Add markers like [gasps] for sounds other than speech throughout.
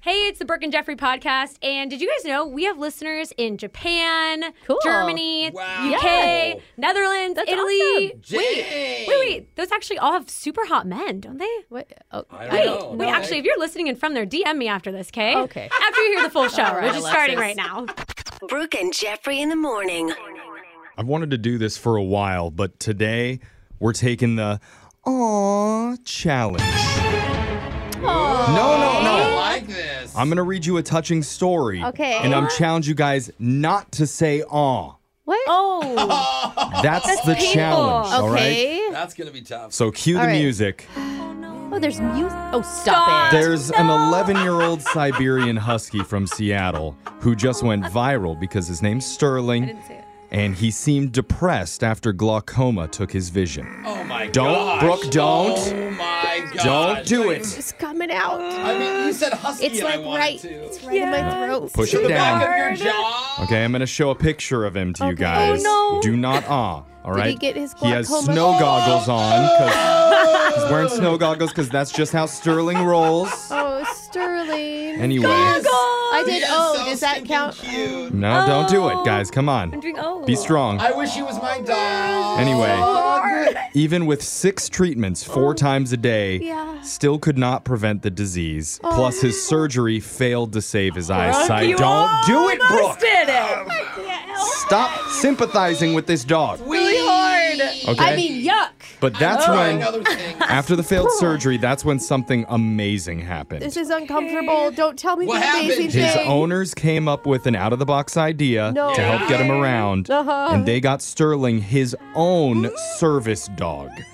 Hey, it's the Burke and Jeffrey podcast. And did you guys know we have listeners in Japan, Cool. Germany, Wow. UK, Yeah. Netherlands, That's Italy? awesome. Wait, wait, wait. Those actually all have super hot men, don't they? What? Oh, I don't Wait, know. wait. No. Actually, if you're listening in from there, DM me after this, okay? Okay. [laughs] After you hear [laughs] the full show, All we're right, just starting right Alexis. now. Brooke and Jeffrey in the morning. I've wanted to do this for a while, but today we're taking the Aw challenge. No, no, I no. like this. I'm gonna read you a touching story. Okay. And I'm challenge you guys not to say aw. what? Oh, [laughs] That's, the challenge. All right. okay. That's gonna be tough. So cue the All right. music. Oh, there's music. Oh, stop, it. There's an 11 year old Siberian Husky from Seattle who just went viral because his name's Sterling. And he seemed depressed after glaucoma took his vision. oh my god. Don't, Brooke, don't. Oh my god. Don't do it. It's coming out. I mean, you said husky It's and I like wanted right. to. It's right in my throat. Push To it the down. back of your jaw. Okay, I'm going to show a picture of him to you guys. Oh, no. Do not ah. All he right. get his He has glaucoma? Oh. snow goggles on because he's wearing snow goggles because that's just how Sterling [laughs] rolls. Oh, Sterling. Anyway, I did. Yes, oh, so does that stinking count? Cute. no, don't do it, guys. Come I'm on, doing oh. be strong. I wish he was my dog. Oh, Anyway, Anyway. even with six treatments four times a day, Oh. yeah. Oh, still could not prevent the disease. Plus, his surgery failed to save his eyesight. you Don't do it, Brooke. Did Um, it. Stop sympathizing with this dog. Really hard. Okay. I mean, yuck. but that's Oh. [laughs] Trying when. other things. After the failed surgery, that's when something amazing happened. This is uncomfortable. Don't tell me What the happened? amazing His thing. owners came up with an out of the box idea No. to help get him around, Uh-huh. and they got Sterling his own service dog. This-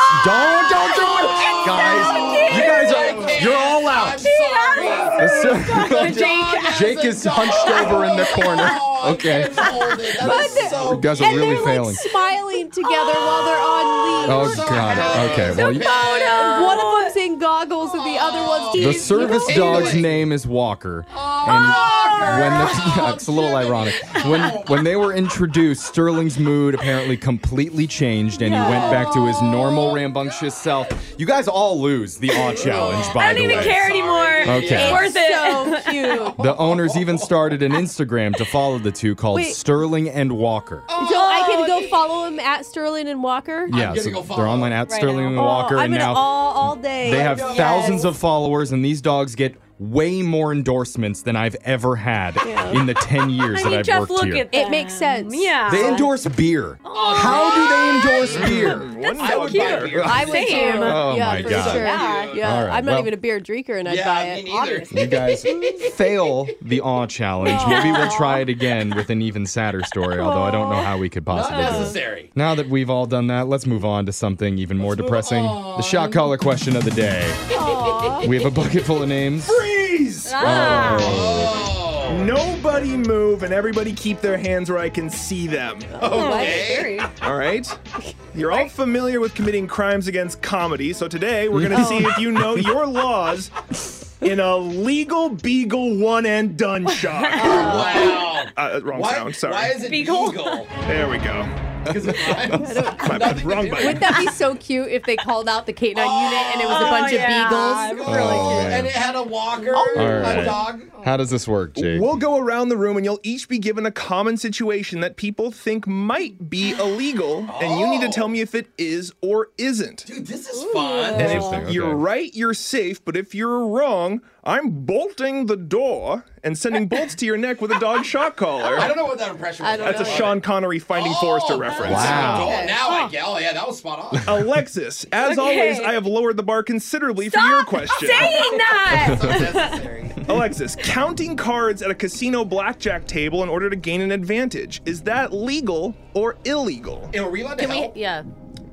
Oh, don't Oh, don't do it, guys! You guys are you're all I'm out. Oh sorry. [laughs] The ser- Dog has Jake a is dog. hunched over in the corner. Oh, Okay. I couldn't hold it. That was so You guys are and really they're failing. like smiling together while they're on leave. Oh so god. happy. Okay. Well, you- And one of them's in goggles and the other one's the service Anyway. dog's name is Walker. Oh. Walker. And [laughs] when the, Oh, yeah, it's a little Jimmy. ironic. When when they were introduced, Sterling's mood apparently completely changed, and he went back to his normal rambunctious self. You guys all lose the awe challenge. I By don't the even way. care anymore. Okay. It's worth [laughs] it. so cute. [laughs] The owners even started an Instagram to follow the two called Wait. Sterling and Walker. Oh, So I can go follow him at Sterling and Walker. yeah, gonna so go follow they're online at Sterling and Walker, I'm and in now all all day. they have thousands of followers, and these dogs get way more endorsements than I've ever had in the 10 years that I've Jeff, worked look here. at It makes sense. Yeah. They endorse beer. How do they [laughs] endorse beer? That's Oh, so would cute. buy beer. I would Same. too. Oh yeah, my for God. sure. Yeah. Yeah, All right, I'm not well- even a beer drinker, and I'd Yeah, buy me it. neither. Obviously. You guys fail the awe challenge. Maybe we'll try it again with an even sadder story, although I don't know how we could Not possibly do it. necessary. Now that we've all done that, let's move on to something even more depressing. The shot collar question of the day. We have a bucket full of names. Freeze! Ah. Oh. Nobody move and everybody keep their hands where I can see them. Oh, Okay. All right? You're all familiar with committing crimes against comedy, so today we're Oh. going to see if you know your laws in a legal beagle one and [laughs] done shot. Wow. Uh, wrong Why, sound, sorry. why is it Beagle. Beagle? [laughs] there we go. Because [laughs] of vibes. My bad. Wrong button. Wouldn't that be so cute if they called out the K9 unit and it Oh, was a bunch yeah. of beagles? Oh, man. and it had a walker, All a right. dog. How does this work, Jake? We'll go around the room and you'll each be given a common situation that people think might be illegal, and you need to tell me if it is or isn't. Dude, this is fun. And if Interesting, you're okay. right, you're safe, but if you're wrong, I'm bolting the door and sending bolts to your neck with a dog shock I collar. don't know what that impression was. I don't That's a know. Sean Connery Finding Forrester reference. Wow. Oh, now I get. Oh yeah, that was spot on. Alexis, as always, I have lowered the bar considerably for your question. saying that. Necessary. Alexis, counting cards at a casino blackjack table in order to gain an advantage, is that legal or illegal? And are we allowed to We- help? yeah.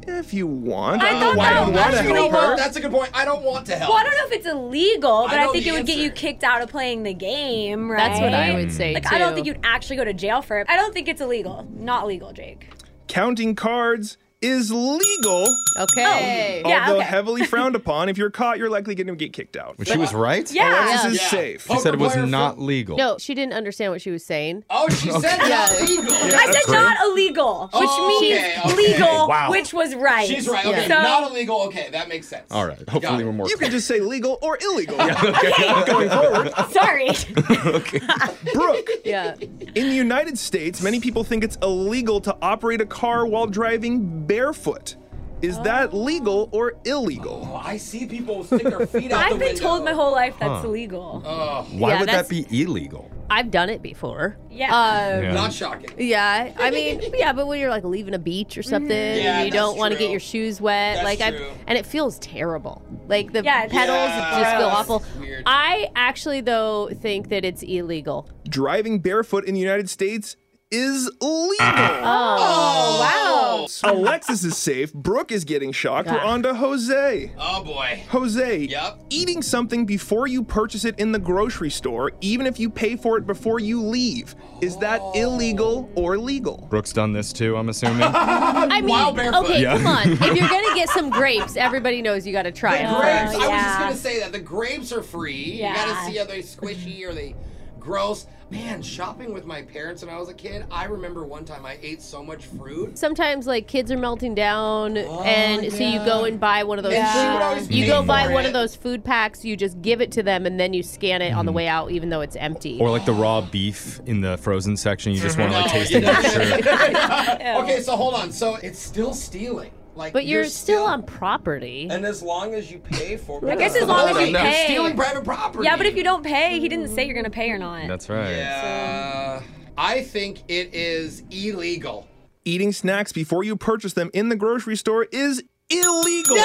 If you want. I I don't know thought why that you'd was want to help legal. her. That's a good point. I don't want to help. Well, I don't know if it's illegal, but I I, know think the it would get answer. you kicked out of playing the game, right? That's what I would say Like, too. I don't think you'd actually go to jail for it. I don't think it's illegal. Not legal, Jake. Counting cards is legal, Oh. Okay. Yeah, although okay. heavily frowned upon. If you're caught, you're likely going to get kicked out. she was right? Oh, Yeah. Alexis is Yeah. safe. She said it was Poker Oh, player not from- legal. No, she didn't understand what she was saying. Oh, she said not legal. I said great. not illegal, which Oh, means okay, okay. legal, Wow. which was right. She's right. Okay, So, not illegal. Okay, that makes sense. All right. Hopefully, it. we're more. You can just say legal or illegal. [laughs] Going forward. sorry. [laughs] Brooke, Yeah. [laughs] in the United States, many people think it's illegal to operate a car while driving barefoot. Is that legal or illegal? Oh, I see people stick their feet out the I've been window. told my whole life that's Oh. illegal. Why Yeah, would that's- that be illegal? I've done it before. yeah. Uh, Yeah. Not shocking. yeah. I mean, yeah, but when you're like leaving a beach or something Mm-hmm. Yeah, and you that's don't want to true. get your shoes wet, That's like true. I and it feels terrible. Like the Yeah, it's- pedals Yeah, just feel gross. awful. Weird. I actually though think that it's illegal. Driving barefoot in the United States is Uh-huh. legal. [laughs] Oh, Alexis is safe. Brooke is getting shocked. We're on to Jose. Oh boy. Jose, Yep. eating something before you purchase it in the grocery store, even if you pay for it before you leave, is that illegal or legal? Brooke's done this too, I'm assuming. I mean, Wild barefoot. okay, Yeah. come on. [laughs] If you're [laughs] gonna get some grapes, everybody knows you got to try The it. grapes. I was just yeah. gonna say that the grapes are free. You gotta Yeah. see are they squishy? Are they gross? Man, shopping with my parents when I was a kid, I remember one time I ate so much [laughs] fruit. [laughs] sometimes like kids are melting down and so you go and buy one of those Oh, And she would food, always you pay go for buy one it. of those food packs you just give it to them and then you scan it on the way out even though it's empty Mm-hmm. or like the raw beef in the frozen section. You just want to like No, taste you the know- texture. [laughs] Okay, so hold on. So it's still stealing. Like, but you're, still, on property And as long as you pay for, I guess as long as you no. pay. stealing private property. yeah, but if you don't pay, he didn't say you're gonna pay or not. That's right. Yeah. I think it is illegal. Eating snacks before you purchase them in the grocery store is illegal.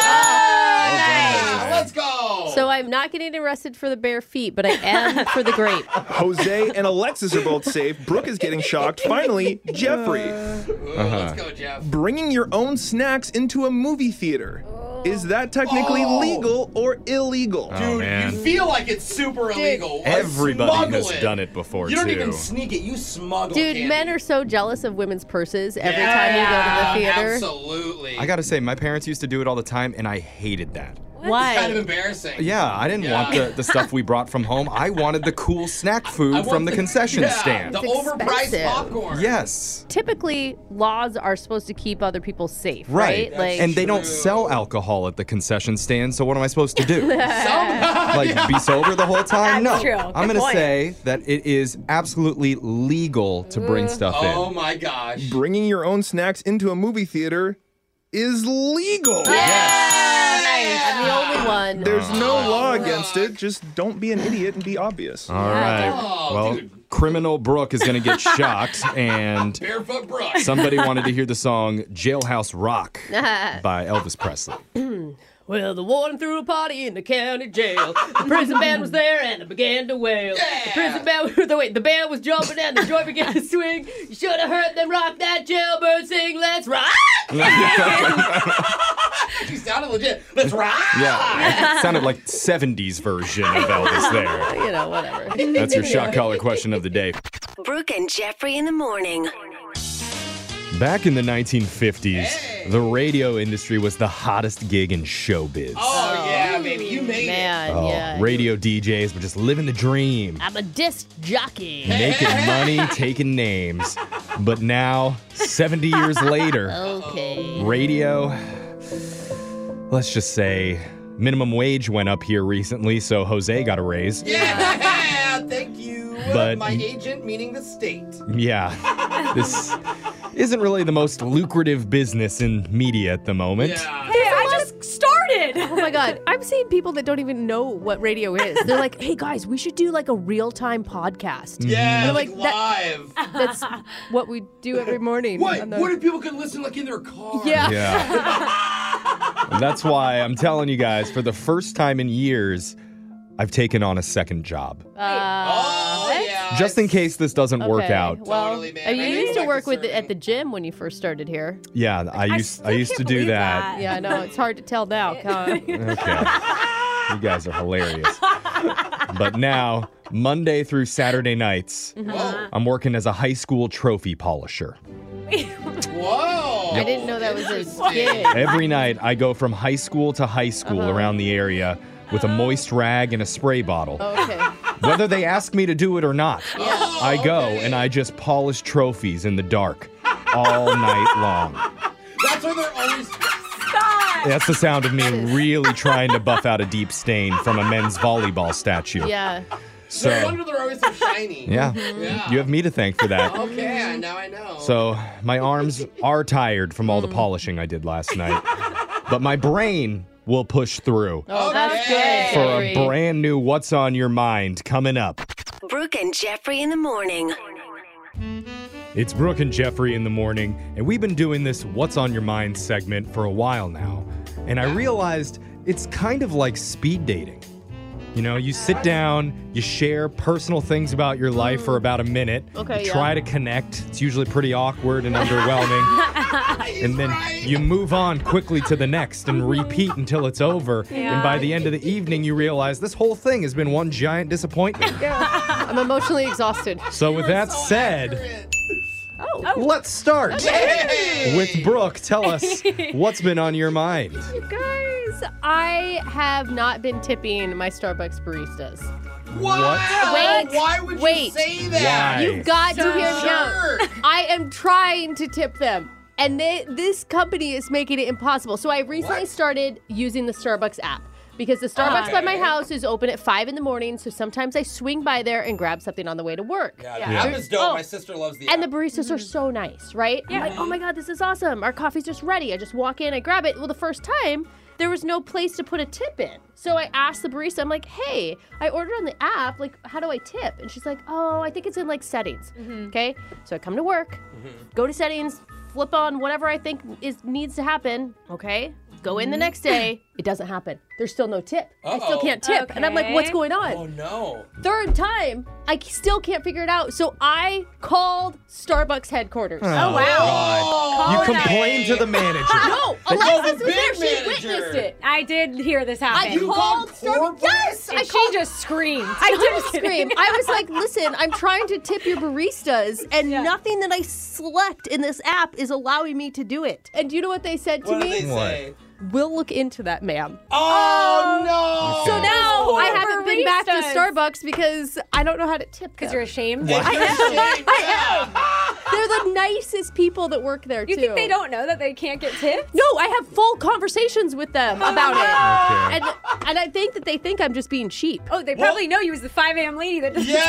Oh, Yeah, let's go. so i'm not getting arrested for the bare feet but i [laughs] am for the grape [laughs] Jose and Alexis are both safe. Brooke is getting [laughs] shocked. Finally, Jeffrey, Uh-huh. Ooh, Let's go, Jeff. bringing your own snacks into a movie theater. Is that technically Oh. legal or illegal? Oh, Dude, man. you feel like it's super illegal. I Everybody smuggle has done it before You don't too. even sneak it. You smuggle. dude candy. men are so jealous of women's purses every Yeah, time you go to the theater Absolutely. I gotta say, my parents used to do it all the time, and I hated that. why kind of embarrassing. Yeah, I didn't want Yeah. the, the stuff we brought from home. I wanted the cool snack food I from want the, concession yeah, stand. The It's overpriced expensive. popcorn. yes. typically laws are supposed to keep other people safe Right. right, like and they don't [laughs] true. sell alcohol at the concession stand, so what am I supposed to [laughs] do? Some- like [laughs] be sober the whole time? That's no. true. I'm Good gonna point. say that it is absolutely legal to bring Mm. stuff [laughs] Oh in. my gosh. Bringing your own snacks into a movie theater is legal. Yes. Hey, I'm the only one. There's no law against it. Just don't be an idiot and be obvious. All right. well, Criminal Brooke is going to get shocked, and Barefoot Brooke. somebody wanted to hear the song Jailhouse Rock Uh, [laughs] by Elvis Presley. [clears throat] Well, the warden threw a party in the county jail. The prison band was there and it began to wail. The prison band, [laughs] the wait, the band was jumping and the joint began to swing. You should have heard them rock that jailbird sing. Let's [laughs] rock! She sounded legit. Let's rock. Yeah, it sounded like 70s version of Elvis there. You know, whatever. That's your shock collar question of the day. Brooke and Jeffrey in the morning. Back in the 1950s, the radio industry was the hottest gig in showbiz. [laughs] Oh yeah, baby, you made Man, Oh, yeah. radio DJs were just living the dream, I'm a disc jockey. [laughs] making money, taking names. But now, 70 years later, Okay. radio, let's just say, minimum wage went up here recently, so Jose got a raise. it. [laughs] Yeah, thank you. But- my agent, meaning the state. Yeah. This isn't really the most lucrative business in media at the moment. Yeah. Hey, I just started. Oh my [laughs] God. I'm seeing people that don't even know what radio is. They're like, hey guys, we should do like a real time podcast. Yeah, like, like live. That's what we do every morning. What? on the- What if people could listen like in their car? Yeah. [laughs] Yeah. That's why I'm telling you guys, for the first time in years, I've taken on a second job. uh, Oh yeah. Just in case this doesn't work Okay, out. Well, Totally, man. I mean, I you do used to like work with serving. at the gym when you first started here. Yeah, I used I, still used to can't do believe that. Yeah, I know. It's hard to tell now. Colin. Okay. You guys are hilarious. [laughs] But now, Monday through Saturday nights, Whoa. I'm working as a high school trophy polisher. Whoa. I didn't know that was a Interesting. gig. [laughs] Every night, I go from high school to high school around the area with a moist rag and a spray bottle. Oh. Okay. Whether they ask me to do it or not, Oh, I go okay. and I just polish trophies in the dark all night long. That's why they're always. That's the sound of me really trying to buff out a deep stain from a men's volleyball statue. Yeah. So, no So, wonder they're always so [laughs] shiny. yeah, Mm-hmm. Yeah. you have me to thank for that. Okay, I- now I know. So, my arms are tired from Mm. all the polishing I did last night, but my brain will push through. Oh, that's Okay. good. for a Jerry. brand new What's on Your Mind coming up. Brooke and Jeffrey in the morning. It's Brooke and Jeffrey in the morning, and we've been doing this What's on Your Mind segment for a while now. And I realized it's kind of like speed dating. You know, you sit down, you share personal things about your life for about a minute, Mm. Okay, you yeah. try to connect. It's usually pretty awkward [laughs] and underwhelming. and then you move on quickly to the next and repeat until it's over. And by the end of the evening, you realize this whole thing has been one giant disappointment. I'm emotionally exhausted. So with that said, Oh, Oh, let's start with Brooke. Tell [laughs] us what's been on your mind. Guys, I have not been tipping my Starbucks baristas. Wow. Wait, Why would you wait. say that? Why? You got to hear me out. Jerk. I am trying to tip them. And they, this company is making it impossible. So I recently started using the Starbucks app because the Starbucks by my house is open at 5 in the morning. So sometimes I swing by there and grab something on the way to work. Yeah, the app is dope. Oh. My sister loves the And the app. baristas are Mm-hmm. so nice, right? I'm like, oh my God, this is awesome. Our coffee's just ready. I just walk in, I grab it. Well, the first time, there was no place to put a tip in. So I asked the barista, I'm like, hey, I ordered on the app. Like, how do I tip? And she's like, oh, I think it's in like settings. Mm-hmm. Okay. So I come to work, go to settings, flip on whatever I think is needs to happen. Okay. Go Mm-hmm. in the next [laughs] day. It doesn't happen. There's still no tip. I still Uh-oh. can't tip. And I'm like, what's Okay. going on? oh no. third time, I c- still can't figure it out. So I called Starbucks headquarters. Oh, wow. Oh, You complained to the [laughs] manager. No, called Alexis the was there. big She manager. witnessed it. I did hear this I happen. called corporate? Starbucks. Yes, and I she called. just screamed. I did scream. I [laughs] was like, "Listen, I'm trying to tip your baristas, and nothing that I select in this app is allowing me to do it." And do you know what they said to What did me? they say? We'll look into that, ma'am. Oh, no. So now I haven't been back to baristas. [laughs] Starbucks because I don't know how to tip. because them. you're ashamed. I am. They're the nicest people that work there You too. think they don't know that they can't get tipped? No, I have full conversations with them about Okay. it. And and I think that they think I'm just being cheap. Oh, they [laughs] probably know you as the 5 a.m. lady that doesn't Yeah,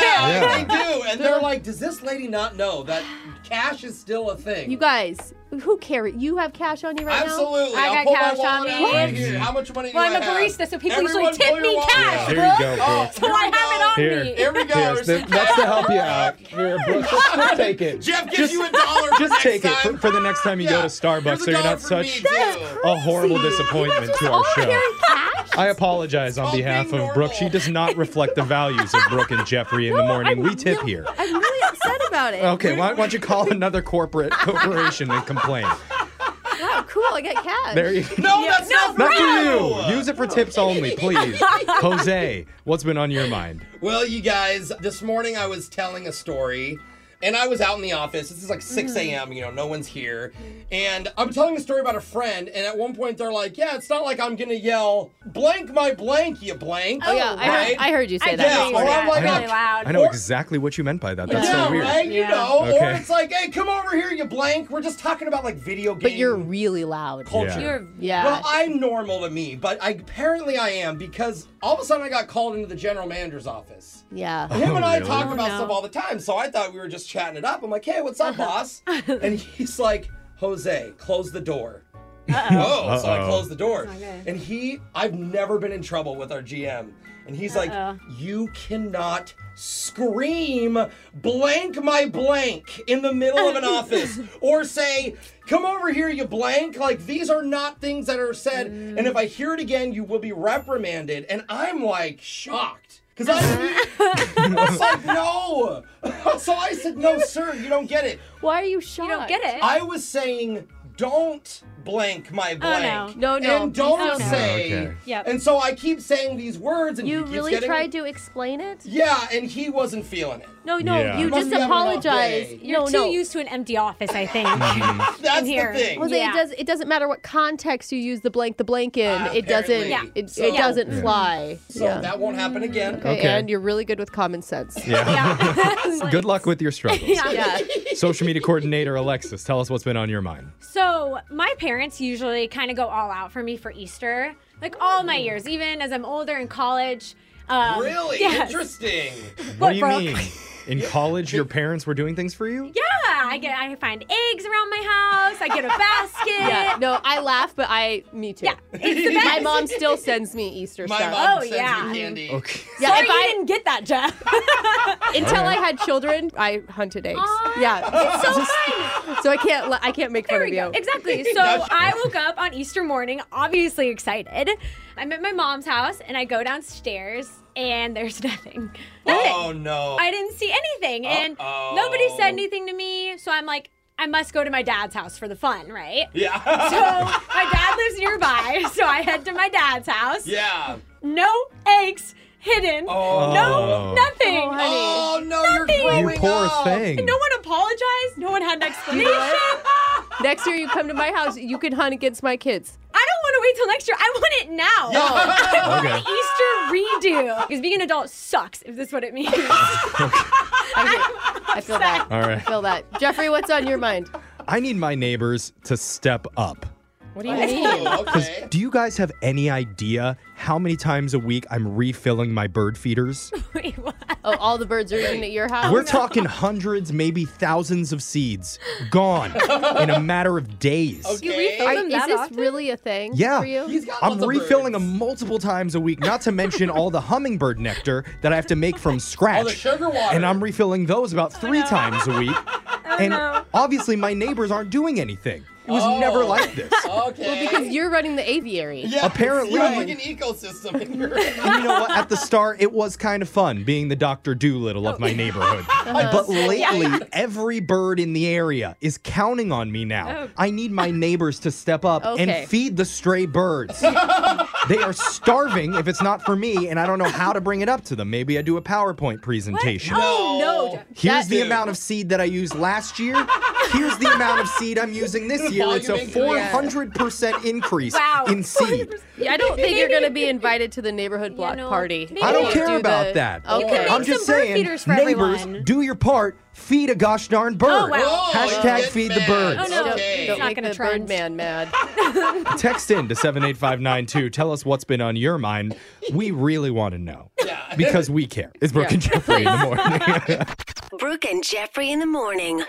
[laughs] Yeah. they do. And they're like, does this lady not know that Cash is still a thing. You guys, who carry? You have cash on you right Absolutely. I got I'll pull my cash wallet on out me. Right here. How much money do Well, I I'm a have? barista, so people Everyone usually tip pull your me wallet cash, out. There you go, Oh, [laughs] Brooke. So I have it on Here. me. Here we go. Yes, Here's that, some that's cash. to help you out. Here, Brooke, [laughs] just, just [laughs] take it. Jeff gives Just- you a dollar. for [laughs] Just next take it time. for, for the next time you go Yeah. to Starbucks, Here's a so you're dollar not for such me, too. a horrible disappointment to our show. I apologize on called behalf being of Brooke. She normal. does not reflect the values of Brooke and Jeffrey in the morning. We tip here. I'm really upset about it. Okay, why, why don't you call another corporate corporation and complain? Wow, cool. I got cash. There you No, that's not Not for real. you. Use it for tips only, please. Jose, what's been on your mind? Well, you guys, this morning I was telling a story. And I was out in the office. This is like Mm. 6 a.m., you know, no one's here. And I'm telling a story about a friend, and at one point they're like, Yeah, it's not like I'm gonna yell, blank my blank, you blank. Oh, yeah, I heard- right? I heard you say I that. did Yeah, hear or that I'm like, really "Oh, loud. I know Or- exactly what you meant by that. That's yeah, so weird. right? You Yeah. know, or Okay. it's like, Hey, come over here, you blank. We're just talking about like video games. But you're really loud. Yeah. You're Yeah. Well, I'm normal to me, but I, apparently I am because all of a sudden I got called into the general manager's office. yeah. Oh, Him and I Oh, really? talk about no. stuff all the time, so I thought we were just chatting it up. I'm like, hey, what's up, boss? and he's like, Jose, close the door. Oh, so I Uh-oh. closed the door. good. And he, I've never been in trouble with our GM. And he's like, you cannot scream blank my blank in the middle of an office or say, come over here, you blank. Like, these are not things that are said. And if I hear it again, you will be reprimanded. And I'm like shocked. Because I, [laughs] I was like, no. [laughs] so I said, no, sir, you don't get it. Why are you shocked? you don't get it. I was saying, don't blank my blank. Oh, No, no, And please don't don't. say. Okay. Yep. And so I keep saying these words, and he You keeps really getting- tried to explain it? Yeah, and he wasn't feeling it. No, no, Yeah. you Must just be having a rough apologize. day. You're no, too no. used to an empty [laughs] office, I [laughs] Mm-hmm. think. That's here. the thing. Well, Yeah. it does. It doesn't matter what context you use the blank the blank in. Ah, it doesn't. apparently. Yeah. It, So- it doesn't fly. so that won't happen again. Okay. And you're really good with common sense. [laughs] Good luck with your struggles. yeah. Social media coordinator Alexis, tell us what's been on your mind. [laughs] So my parents usually kind of go all out for me for Easter, like all my years, even as I'm older in college. Um, [laughs] Really yes. [laughs] interesting. What do you Brooke? mean? In college, your parents were doing things for you? Yeah, I get I find eggs around my house. I [laughs] get a basket. Yeah. No, I laugh, but I. Me too. My mom still sends me Easter My stuff. mom Oh, sends yeah. me candy. Okay. Yeah, Sorry, if you I- didn't get that, Jeff. [laughs] until I had children, I hunted eggs. yeah. It's so So I can't. li- I can't make fun There of we you. go. [laughs] Exactly. So I woke up on Easter morning, obviously excited. I'm at my mom's house and I go downstairs and there's [laughs] nothing. Nothing. Oh no. I didn't see anything and Uh-oh. nobody said anything to me. So I'm like, I must go to my dad's house for the fun, right? yeah. So my dad lives nearby, [laughs] so I head to my dad's house. yeah. No eggs hidden. Oh. No, nothing. Oh no, Nothing. you're You growing poor up. thing. "Oh." No one apologized. No one had an explanation. Next year, you come to my house. You can hunt against my kids. I don't want to wait till next year. I want it now. I [laughs] want Okay. the Easter redo. Because being an adult sucks, if that's what it [laughs] means. I feel that. All right. I feel that. Jeffrey, what's on your mind? I need my neighbors to step up. What do you Oh, okay. Do you guys have any idea how many times a week I'm refilling my bird [laughs] feeders? [laughs] Wait, what? Oh, all the birds are eating at your Oh, house. [laughs] We're talking hundreds, maybe thousands of seeds gone in a matter of days. You Okay. refill Are- them is that this often? really a thing Yeah. for you? Oh, He's got I'm lots of refilling birds. them multiple times a week, not to mention all the hummingbird nectar that I have to make from scratch. All the sugar water. Oh, And I'm refilling those about three times a [laughs] week. and obviously, my neighbors aren't doing anything. It was never Oh. like this. [laughs] Okay. Well, Because you're running the aviary. yeah, apparently- you have like an ecosystem in [laughs] your [laughs] And you know what? At the start, it was kind of fun being the Dr. Doolittle of my neighborhood. But lately, every bird in the area is counting on me now. I need my neighbors to step up Okay. and feed the stray birds. they are starving if it's not for me, and I don't know how to bring it up to them. Maybe I do a PowerPoint presentation. Oh no, Jeff. Here's the Dude. amount of seed that I used last year. Here's the amount of seed I'm using this year. It's a Volume increase. 400% increase Wow. in seed. Yeah, I don't think you're going to be invited to the neighborhood block know, party. maybe- I don't Do care the- about that. You can I'm make just some bird saying, feeders for neighbors, everyone. do your part. Feed a gosh darn bird. Oh, wow. Whoa, Hashtag you get feed the mad. birds. Oh, no. Don't, Okay. don't It's not make gonna the trend. bird man [laughs] mad. Text in to 78592. Tell us what's been on your mind. We really want to know Yeah. [laughs] because [laughs] we care. It's Brooke and Jeffrey in the morning. Brooke and Jeffrey in the morning.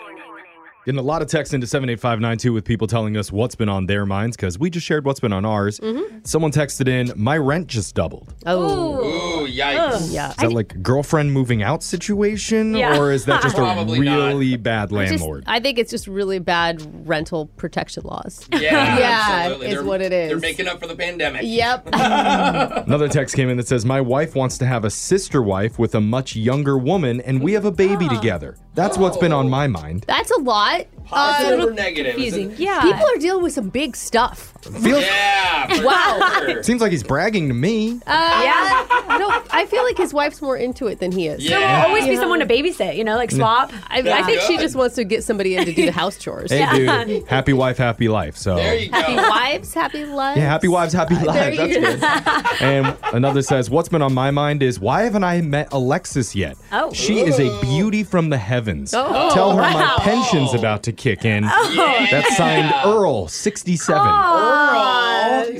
Getting a lot of texts into 78592 with people telling us what's been on their minds because we just shared what's been on ours. Mm-hmm. Someone texted in, My rent just doubled. Oh. Ooh, yikes. Yeah. Is that like a girlfriend moving out situation? Yeah. Or is that just a Probably not. really bad I just- landlord? I think it's just really bad rental protection laws. [laughs] Yeah, [laughs] Yeah, absolutely. is They're- what it is. They're making up for the pandemic. Yep. Another text came in that says, My wife wants to have a sister wife with a much younger woman, and we have a baby Ah. together. That's what's been on my mind. That's a lot. Positive Uh, or negative? is it- Confusing. Yeah. People are dealing with some big stuff. [laughs] Feels, Yeah. for Wow. [laughs] sure. Seems like he's bragging to me. Uh, yeah. [laughs] I, don't- I feel like his wife's more into it than he is. There Yeah. will always be someone to babysit, you know, like swap. I, I think she Good. just wants to get somebody in to do the house chores. Hey, dude. Happy wife, happy life. So. There you Happy go. wives, happy lives. Yeah, happy wives, happy lives. you That's good. and another says, What's been on my mind is why haven't I met Alexis yet? Oh. She is a beauty from the heavens. Tell her my pension's about to kick in. That's signed Earl, 67. Oh. Earl. Sugar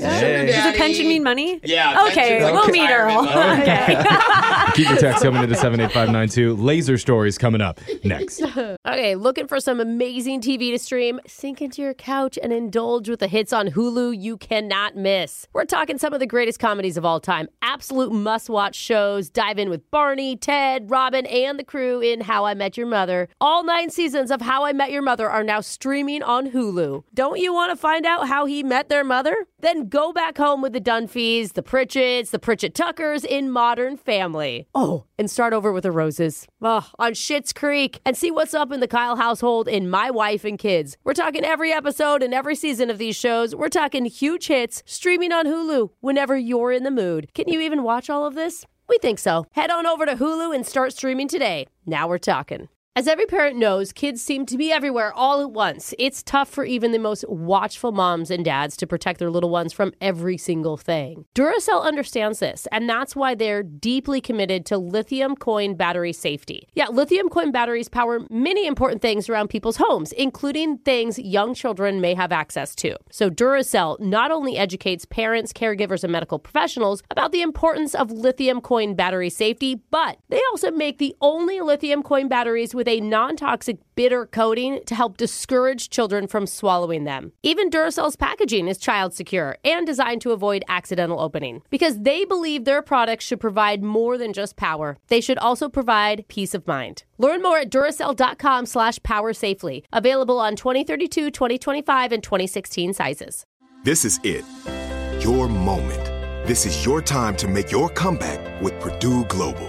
Hey. daddy. Does a pension mean money? Yeah. Okay, pension's we'll like meet Earl. retirement money. Okay. Keep your text coming into 78592. Laser stories coming up next. [laughs] Okay, looking for some amazing TV to stream? Sink into your couch and indulge with the hits on Hulu you cannot miss. We're talking some of the greatest comedies of all time, absolute must watch shows. Dive in with Barney, Ted, Robin, and the crew in How I Met Your Mother. All nine seasons of How I Met Your Mother are now streaming on Hulu. Don't you want to find out how he met their mother? Then go back home with the Dunphys, the Pritchett's, the Pritchett Tuckers in Modern Family. Oh, and start over with the Roses. Ugh, on Schitt's Creek and see what's up in the Kyle household in My Wife and Kids. We're talking every episode and every season of these shows. We're talking huge hits streaming on Hulu whenever you're in the mood. Can you even watch all of this? We think so. Head on over to Hulu and start streaming today. Now we're talking. As every parent knows, kids seem to be everywhere all at once. It's tough for even the most watchful moms and dads to protect their little ones from every single thing. Duracell understands this, and that's why they're deeply committed to lithium coin battery safety. Yeah, lithium coin batteries power many important things around people's homes, including things young children may have access to. So Duracell not only educates parents, caregivers, and medical professionals about the importance of lithium coin battery safety, but they also make the only lithium coin batteries with a non toxic bitter coating to help discourage children from swallowing them. Even Duracell's packaging is child secure and designed to avoid accidental opening because they believe their products should provide more than just power. They should also provide peace of mind. Learn more at Duracell.com slash power safely. Available on 2032, 2025, and 2016 sizes. This is it. Your moment. This is your time to make your comeback with Purdue Global.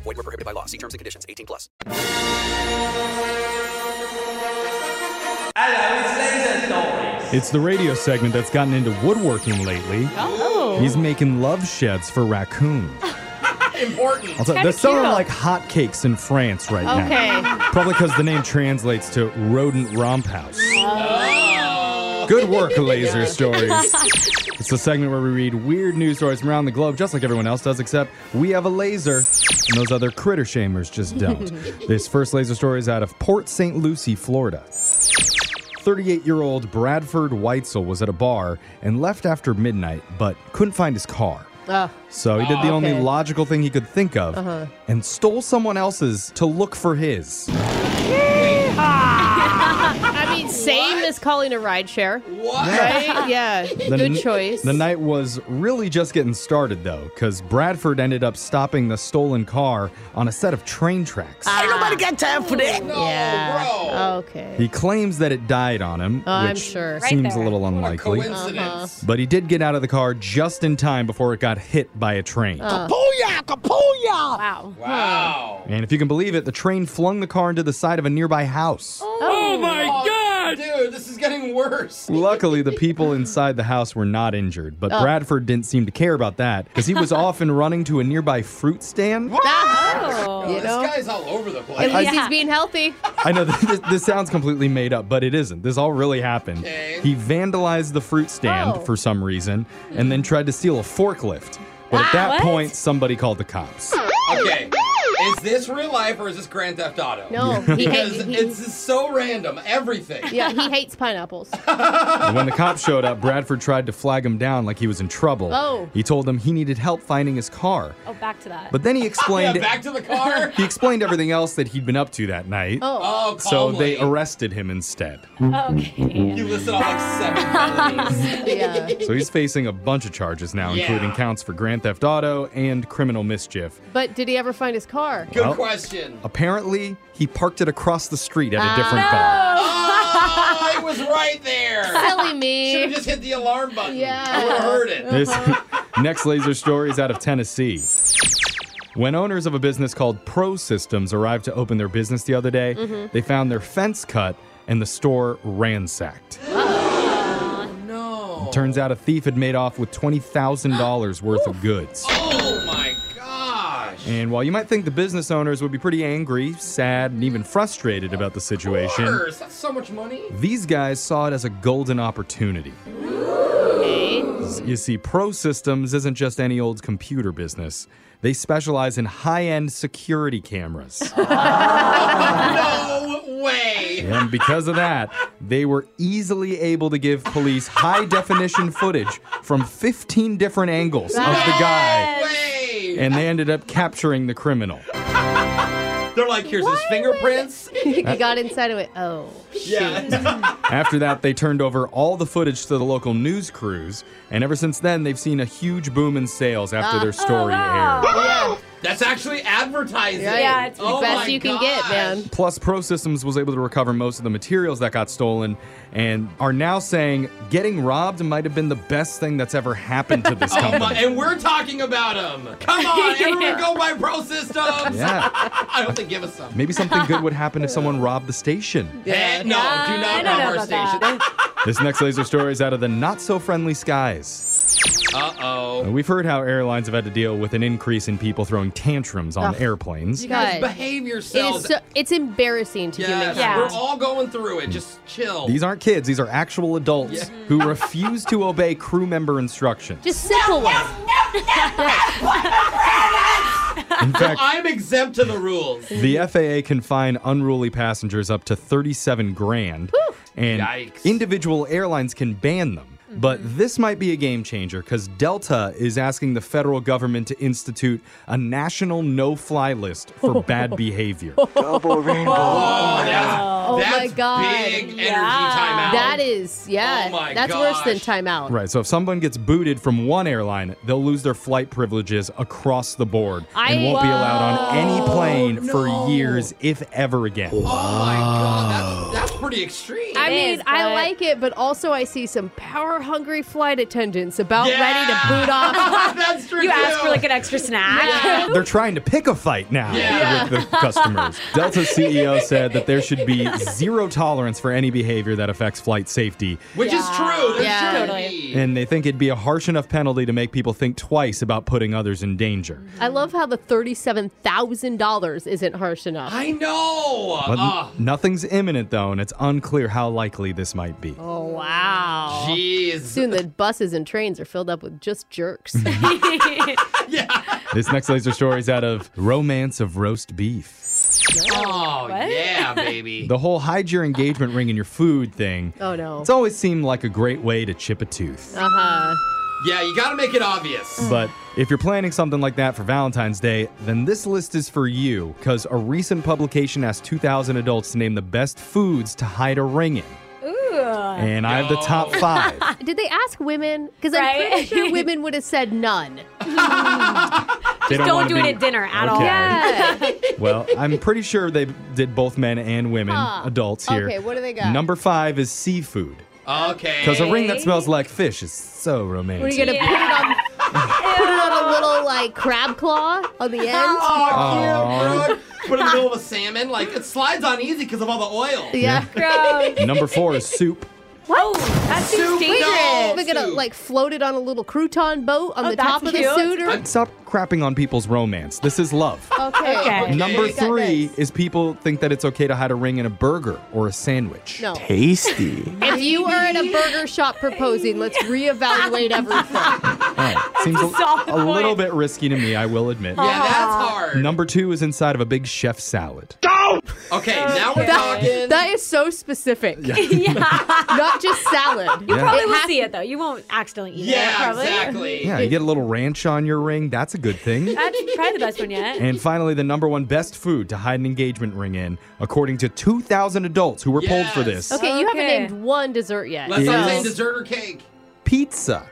It's the radio segment that's gotten into woodworking lately. Oh. He's making love sheds for raccoons. [laughs] Important. I'll tell you, they're selling like hotcakes in France right now. Okay. Probably because the name translates to rodent romp house. Oh. Good work, [laughs] Laser [laughs] Stories. it's a segment where we read weird news stories from around the globe, just like everyone else does, except we have a laser, and those other critter shamers just don't. this first laser story is out of Port St. Lucie, Florida. 38 year old Bradford Weitzel was at a bar and left after midnight, but couldn't find his car. So he did the Ah, only okay. Uh-huh. logical thing he could think of and stole someone else's to look for [laughs] his. I mean, same as calling a ride share. What? Right? Yeah. The Good n- choice. The night was really just getting started, though, because Bradford ended up stopping the stolen car on a set of train tracks. Ain't nobody got time for [laughs] that. yeah. Oh. Okay. He claims that it died on him, I'm which sure. Right seems there. Uh-huh. a little unlikely. coincidence. But he did get out of the car just in time before it got hit by a train. Booyah, kapooyah! Wow. Oh. Wow. And if you can believe it, the train flung the car into the side of a nearby house. Oh my god! Dude, this is getting [laughs] worse. Luckily, the people inside the house were not injured, but Oh. Bradford didn't seem to care about that because [laughs] he was off and running to a nearby fruit stand. Ah, Yo, you Oh, this know? guy's all over the [laughs] place. At least Yeah. he's being healthy. I know this, this sounds completely made up, but it isn't. This all really happened. Okay. He vandalized the fruit stand Oh. for some reason and then tried to steal a forklift. But Ah, at that point, somebody called the cops. Okay. Is this real life or is this Grand Theft Auto? No, [laughs] he, Because hate, he- it's just so random. Everything. [laughs] yeah, he hates pineapples. And when the cops showed up, Bradford tried to flag him down like he was in trouble. Oh. He told them he needed help finding his car. Oh, back to that. But then he [laughs] Yeah, explained back to [laughs] the car. he explained everything else that he'd been up to that night. Oh, So calmly. they arrested him instead. okay. You listed off like seven [laughs] felonies. yeah. So [laughs] he's facing a bunch of charges now, Yeah. including counts for grand theft auto and criminal mischief. But did he ever find his car? Good Well- question. Apparently, he parked it across the street at a different bar. Oh, [laughs] I was right there. Silly Should have me. just hit the alarm button. Yeah. Uh-huh. I would have heard it. This [laughs] next laser story is out of Tennessee. When owners of a business called Pro Systems arrived to open their business the other day, they found their fence cut and the store ransacked. No. Turns out a thief had made off with $20,000 worth of goods. [laughs] Oh my gosh. And while you might think the business owners would be pretty angry, sad, and even frustrated about the situation, Worse. That's so much money. These guys saw it as a golden opportunity. You see, Pro Systems isn't just any old computer business. They specialize in high end security cameras. No way. and because of that, they were easily able to give police high definition footage from 15 different angles of the guy. Way. And they ended up capturing the criminal. They're like, here's his fingerprints. [laughs] he Uh, got inside of it. Oh. Yeah. After that, they turned over all the footage to the local news crews. And ever since then, they've seen a huge boom in sales after Ah. their Oh, story aired. That's actually advertising. Yeah, it's oh Best my you can get, gosh. man. Plus, Pro Systems was able to recover most of the materials that got stolen and are now saying getting robbed might have been the best thing that's ever happened to this [laughs] Oh my, company. and we're talking about him. Come [laughs] on, everyone go buy Pro Systems. yeah. [laughs] I hope they give us some. Maybe something [laughs] good would happen if someone robbed the station. Eh, no, do I not don't rob know our about station. This next laser story is out of the not so friendly skies. Uh oh. We've heard how airlines have had to deal with an increase in people throwing tantrums on airplanes. You God. guys behave It is yourselves. so, it's embarrassing to yes, humans. Yeah. we're all going through it. Just chill. These aren't kids, these are actual adults who [laughs] refuse to obey crew member instructions. Just simple ones. In fact, I'm exempt to the rules. The FAA can fine unruly passengers up to 37 grand, and Yikes. individual airlines can ban them. But this might be a game changer because Delta is asking the federal government to institute a national no fly list for bad behavior. Oh, that's, that's my God. big energy timeout. That is, yeah. Oh my that's worse than gosh. timeout. Right, so if someone gets booted from one airline, they'll lose their flight privileges across the board and I- won't be allowed on any plane for years, if ever again. Oh my god, that's, that's pretty extreme. It I is, mean, I but- like it, but also I see some power hungry flight attendants about Yeah. ready to [laughs] boot off. that's true. You asked too. for like an extra snack. [laughs] They're trying to pick a fight now Yeah. with the [laughs] customers. Delta CEO said that there should be zero tolerance for any behavior that affects flight safety. Which is true. There Yeah. shouldn't Totally. be. And they think it'd be a harsh enough penalty to make people think twice about putting others in danger. I love how the $37,000 isn't harsh enough. I know. But n- Oh, nothing's imminent, though, and it's unclear how likely this might be. oh, wow. jeez. Soon the buses and trains are filled up with just [laughs] jerks. [laughs] This next laser story is out of Romance of Roast Beef. Oh, yeah, baby. The whole hide your engagement ring in your food thing. Oh, no. It's always seemed like a great way to chip a tooth. Uh huh. Yeah, you gotta make it obvious. But if you're planning something like that for Valentine's Day, then this list is for you because a recent publication asked 2,000 adults to name the best foods to hide a ring in. Ooh. Uh, And I have the [laughs] top Oh. five. Did they ask women? Because I'm Right? [laughs] pretty sure women would have said none. They Just wanna don't do it be- at dinner at all. Okay. [laughs] well, I'm pretty sure they did both men and women, Huh. adults here. Okay, what do they got? Number five is seafood. Okay. Because a ring that smells like fish is so [laughs] romantic. What are you gonna put it on? put it on a little like crab claw on the end. Aw. [laughs] Put it in the middle of a salmon. Like, it slides on easy because of all the oil. Yeah. [laughs] Number four is soup. What? that's too Wait, dangerous. we're gonna like float it on a little crouton boat on Oh, the that's top of the cute. suit. or- Stop crapping on people's romance. This is love. Okay. okay. Number We got three is people think that it's okay to hide a ring in a burger or a sandwich. No. Tasty. this. If you are in a burger shop proposing, let's reevaluate everything. [laughs] Seems a, Solid a little bit risky to me, I will admit. Yeah, that's hard. Number two is inside of a big chef salad. Okay, now we're That, talking. that is so specific. [laughs] [laughs] Yeah. Not just salad. You Yeah. probably will has- see it though. You won't accidentally eat it. Yeah, Probably. exactly. Yeah, you get a little ranch on your ring. That's a good [laughs] thing. That's probably the best one yet. [laughs] And finally, the number one best food to hide an engagement ring in, according to 2,000 adults who were polled for this, Okay, you haven't Okay. named one dessert yet. Let's not say so- Dessert or cake? pizza.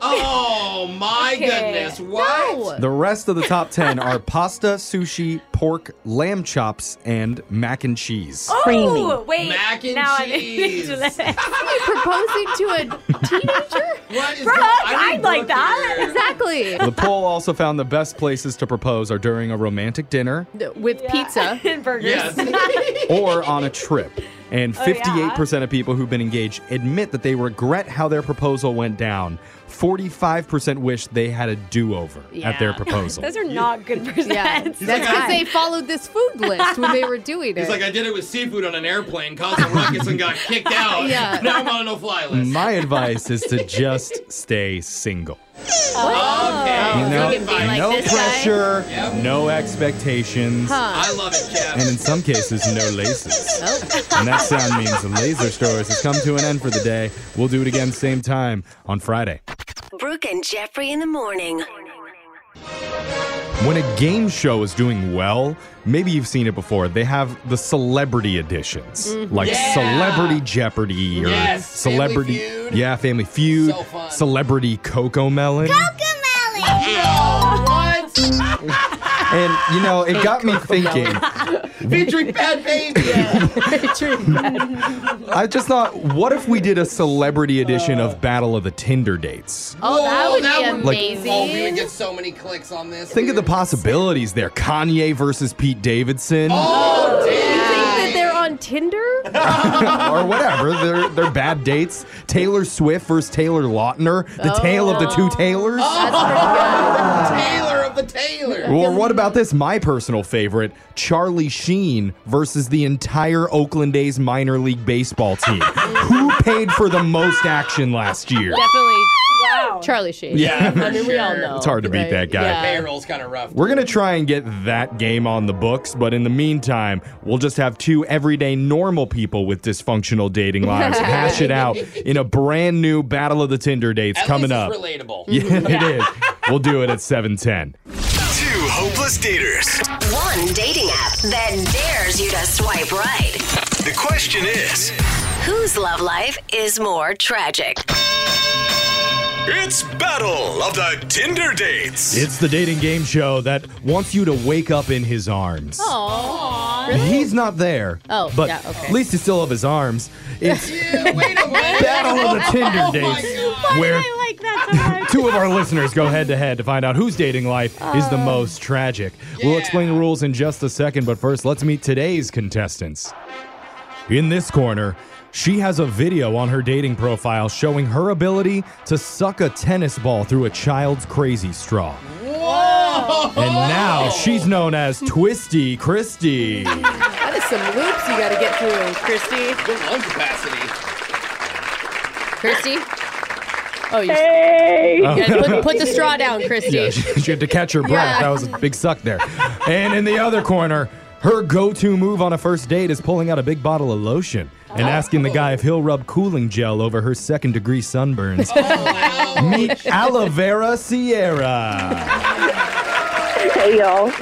Oh my Okay. goodness. What? The rest of the top 10 are pasta, sushi, pork, lamb chops, and mac and cheese. Oh, wait. Mac and now cheese. [laughs] I'm You're proposing to a teenager? What is Brooke, I'd like that. Exactly. The poll also found the best places to propose are during a romantic dinner With pizza [laughs] and burgers. or on a trip. And Oh, yeah. 58% of people who've been engaged admit that they regret how their proposal went down. 45% wish they had a do over [laughs] at their proposal. Those are not good percents. Yeah. That's because they followed this food list when they were doing it. He's like, I did it with seafood on an airplane, [laughs] caused a ruckus, and got kicked out. Yeah. [laughs] Now I'm on a no fly list. My advice is to just stay single. Oh. Oh, Okay. You know, Good advice. no pressure, Yep. no expectations, I love it, Jeff. and in some cases, no laces. And that sound means the laser stores has come to an end for the day. We'll do it again same time on Friday. Brooke and Jeffrey in the morning. When a game show is doing well, maybe you've seen it before, they have the celebrity editions. Mhm. Like Yeah. Celebrity Jeopardy or Yes, Family Celebrity Yeah, Family Feud, Celebrity Coco [laughs] Melon. Oh, what? And you know, it [laughs] got me thinking. Featuring Bad Baby. I just thought, what if we did a Uh. celebrity edition of Battle of the Tinder Dates? Oh, that Whoa, would that be would- amazing. Oh, we would get so many clicks on this. Think of the possibilities there. Kanye versus Pete Davidson. Oh, damn. that they're on Tinder? or whatever. They're, they're bad dates. Taylor Swift versus Taylor Lautner. The tale of the two Taylors. Oh. [laughs] Taylor of the Taylor. Or what about this? My personal favorite Charlie Sheen versus the entire Oakland A's minor league baseball team. Who paid for the most action last year? Definitely Wow. Charlie Sheen. Yeah, I mean, for we all sure. know. It's hard to beat that guy. Yeah. Payroll's kind of rough. We're going to try and get that game on the books, but in the meantime, we'll just have two everyday normal people with dysfunctional [laughs] dating lives hash it out in a brand new Battle of the Tinder dates At coming least up. It's relatable. Yeah, it is. We'll do it at 710. Two hopeless daters. One dating app that dares you to swipe right. The question is Whose love life is more tragic? it's Battle of the Tinder Dates. It's the dating game show that wants you to wake up in his arms. Oh. He's not there. Oh, but yeah, okay. at least you still have his arms. [laughs] It's Battle of the Oh Tinder Dates, where like that so much. Two of our listeners go head to head to find out whose dating life is Uh, the most tragic. We'll explain the rules in just a second, but first, let's meet today's contestants. In this corner, she has a video on her dating profile showing her ability to suck a tennis ball through a child's crazy straw. Whoa. And Oh. now she's [laughs] known as Twisty Christie. That is some loops you got to get through, Christy. Good lung capacity. Christy? Oh, you Oh. put, [laughs] put the straw down, Christy. Yeah, she, she had to catch her breath. Yeah. That was a big suck there. And in the other corner, her go to move on a first date is pulling out a big bottle of lotion. and asking the guy if he'll rub cooling gel over her second [laughs] degree [laughs] sunburns. Meet aloe vera Sierra. Hey, y'all.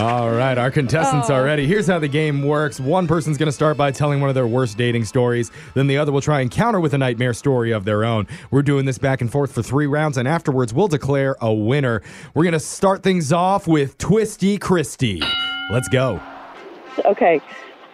[laughs] All right, our contestants Oh. are ready. Here's how the game works one person's going to start by telling one of their worst dating stories, then the other will try and counter with a nightmare story of their own. We're doing this back and forth for three rounds, and afterwards, we'll declare a winner. We're going to start things off with Twisty Christie. Let's go. Okay.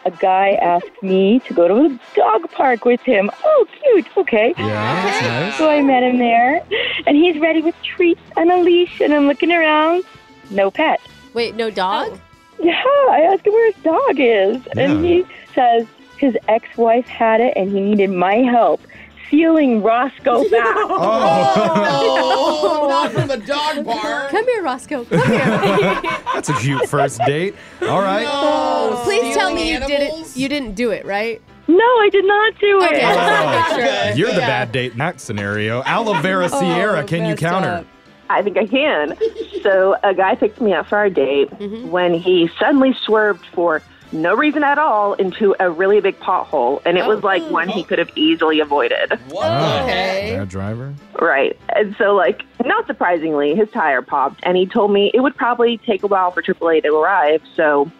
A guy asked me to go to a dog park with him. Oh, cute. Okay. Yeah, that's nice. So I met him there, and he's ready with treats and a leash, and I'm looking around. No pet. Wait, no dog? Yeah, I asked him where his dog is, and Yeah. he says his ex-wife had it, and he needed my help sealing Roscoe [laughs] back. Oh. Oh, not [laughs] from the dog bar. Come here, Roscoe. Come here. That's a cute first date. All right. Oh, Please tell me you Stealing did it. You didn't do it, right? No, I did not do it. Oh, You're the bad date in that scenario. Aloe vera Oh, Sierra, can you messed counter? up. [laughs] I think I can. so a guy picked me up for our date when he suddenly swerved for no reason at all into a really big pothole, and it was Oh. like one he could have easily avoided. Yeah, driver. Right. And so, like, not surprisingly, his tire popped, and he told me it would probably take a while for AAA to arrive, so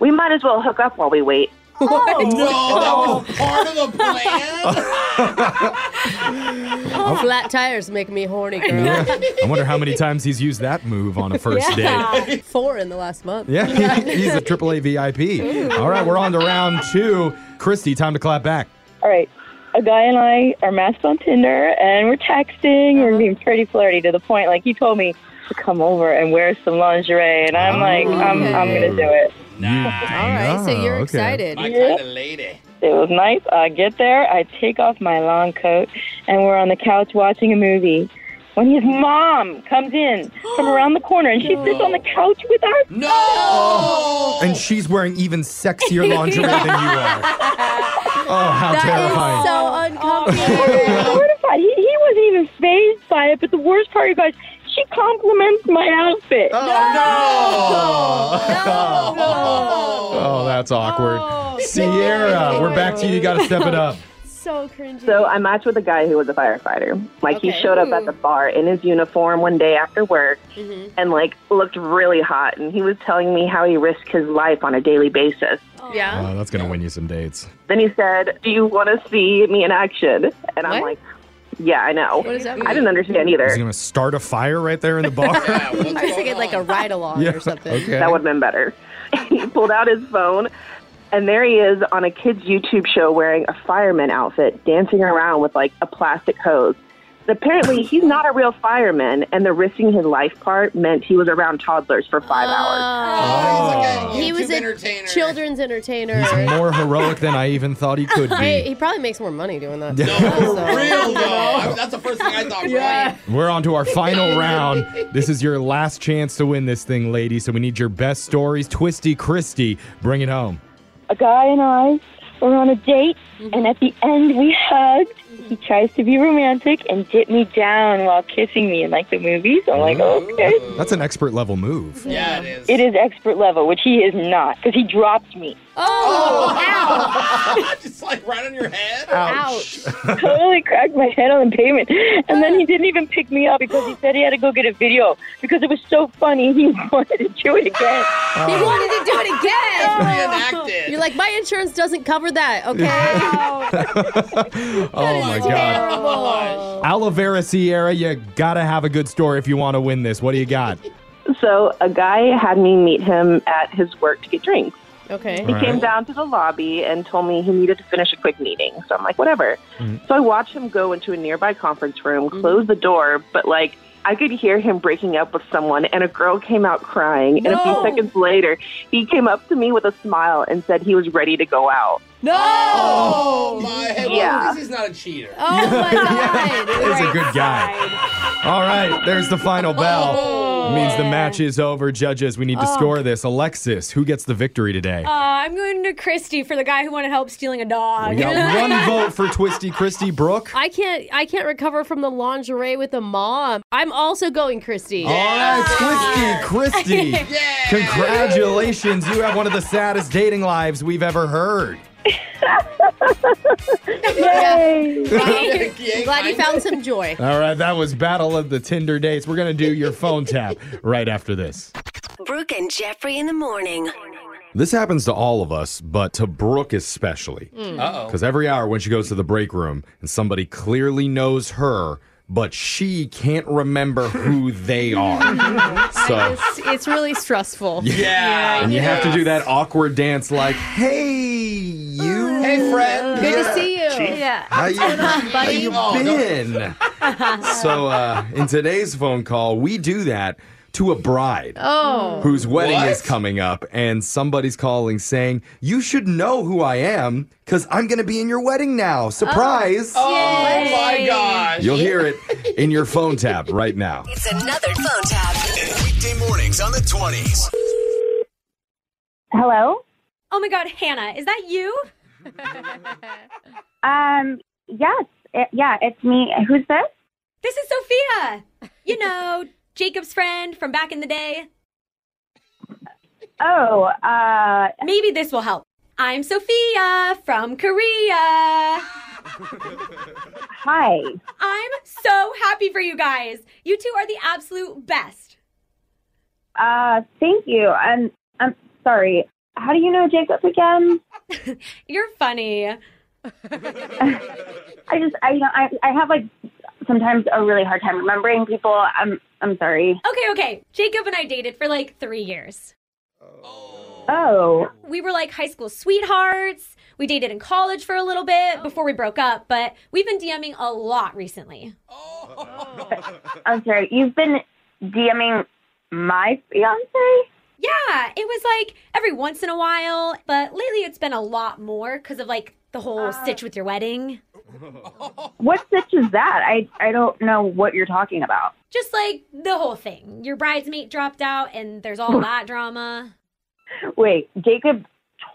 we might as well hook up while [laughs] we wait. No, that was part of [laughs] the plan. Oh, Flat tires make me horny, girl. Yeah. I wonder how many times he's used that move on a first date. date. [laughs] Four in the last month. [laughs] Yeah, he- [laughs] he's a AAA VIP. All right, we're on to round two. Christy, time to clap back. All right. A guy and I are matched on Tinder, and we're texting. Uh-huh. We're being pretty flirty to the point, like, he told me to come over and wear some lingerie, and I'm like, I'm, I'm going to do it. All right, Oh, so you're Ah, okay. excited. My kinda lady. It was nice. I get there, I take off my long coat, and we're on the couch watching a movie. When his mom comes in [gasps] from around the corner, and she sits on the couch with our Oh. no. And she's wearing even sexier lingerie than you [laughs] are. [laughs] Oh, how terrifying. so uncomfortable. mortified. He, he wasn't even phased by it, but the worst part, you guys, she compliments my outfit. oh, Oh, that's awkward. Sierra, we're back to you. You got to step it up. So cringy. So I matched with a guy who was a firefighter. Like he showed up at the bar in his uniform one day after work, Mm-hmm. and like looked really hot. And he was telling me how he risked his life on a daily basis. [laughs] Yeah. Oh, that's going to win you some dates. Then he said, "Do you want to see me in action?" And I'm like, "Yeah, I know." What does that mean? I didn't understand either. He's going to start a fire right there in the bar. [laughs] [laughs] I was thinking like a ride along Yeah, or something. okay. That would have been better. [laughs] he pulled out his phone, and there he is on a kid's YouTube show wearing a fireman outfit, dancing around with like a plastic hose. But apparently, he's not a real fireman, and the risking his life part meant he was around toddlers for Oh. five hours. He was a children's entertainer. He's more heroic than I even thought he could Hey, [laughs] be. he probably makes more money doing that. No, for real though. [laughs] I- that's the first thing I thought. Yeah. We're on to our final round. This is your last chance to win this thing, lady. So we need your best stories. Twisty Christie, bring it home. A guy and I were on a date, and at the end, we hugged. He tries to be romantic and dip me down while kissing me in like the movies. I'm like, okay. That's an expert level move. [laughs] Yeah, it is. It is expert level, which he is not, because he dropped me. Oh, ow. [laughs] Just like right on your head. [laughs] Ouch. totally cracked my head on the pavement. And then he didn't even pick me up because he said he had to go get a video because it was so funny. [laughs] He wanted to do it again. He wanted to do it again. Reenacted. You're like, my insurance doesn't cover that, okay? Oh my God. Aloe vera Sierra, you gotta have a good story if you wanna win this. What do you got? So a guy had me meet him at his work to get drinks. Okay. He came Right. down to the lobby and told me he needed to finish a quick meeting. So I'm like, whatever. So I watched him go into a nearby conference room, close the door, but like I could hear him breaking up with someone, and a girl came out crying. And a few No. seconds later, he came up to me with a smile and said he was ready to go out. Oh, my head. Well, Yeah. at least he's not a cheater. Oh [laughs] my god. He's a good guy. All right, there's the final bell. It means the match is over. Judges, we need to Oh. score this. Alexis, who gets the victory today? Uh, I'm going to Christy for the guy who wanted help stealing a Uh, dog. [laughs] We got one vote for Twisty Christie Brooke. I can't I can't recover from the lingerie with the mom. I'm also going Christy. All right, Twisty Christie. Congratulations. You have one of the saddest dating lives we've ever heard. [laughs] Yay! I'm glad you found some [laughs] joy. All right, that was Battle of the Tinder Dates. We're going to do your [laughs] phone tap right after this. Brooke and Jeffrey in the morning. This happens to all of us, but to Brooke especially. Mm. Uh-oh. Because every hour when she goes to the break room and somebody clearly knows her, but she can't remember [laughs] who they are. So, It's, it's really stressful. and you have to yeah. do that awkward dance like, hey, you. Hey, friend. Good to see you. Chief. Yeah. How you, What's going on, [laughs] how buddy? you been? so uh, in today's phone call, we do that to a bride [laughs] Oh. whose wedding is coming up, and somebody's calling saying, "You should know who I am because I'm going to be in your wedding now. Surprise!" Oh, my gosh. You'll hear it in your phone tab right now. It's another phone tap. Weekday mornings on the 20s. Hello. Oh my God, Hannah, is that [laughs] you? Um. Yes. It, yeah. It's me. Who's this? This is Sophia. You know, Jacob's friend from back in the day. Oh, uh. Maybe this will help. I'm Sophia from Korea. Hi. I'm so happy for you guys. You two are the absolute best. Uh. Thank you. I'm. I'm sorry. How do you know Jacob again? You're funny. I just. I. You know. I. I have like sometimes a really hard time remembering people. I'm. I'm sorry. Okay, okay. Jacob and I dated for like three years. Oh. We were like high school sweethearts. We dated in college for a little bit before we broke up, but we've been DMing a lot recently. I'm sorry. You've been DMing my fiance. Yeah, it was like every once in a while, but lately it's been a lot more because of like the whole stitch with your wedding. What stitch is that? I. I don't know what you're talking about. Just like the whole thing. Your bridesmaid dropped out and there's all that drama. Wait. Jacob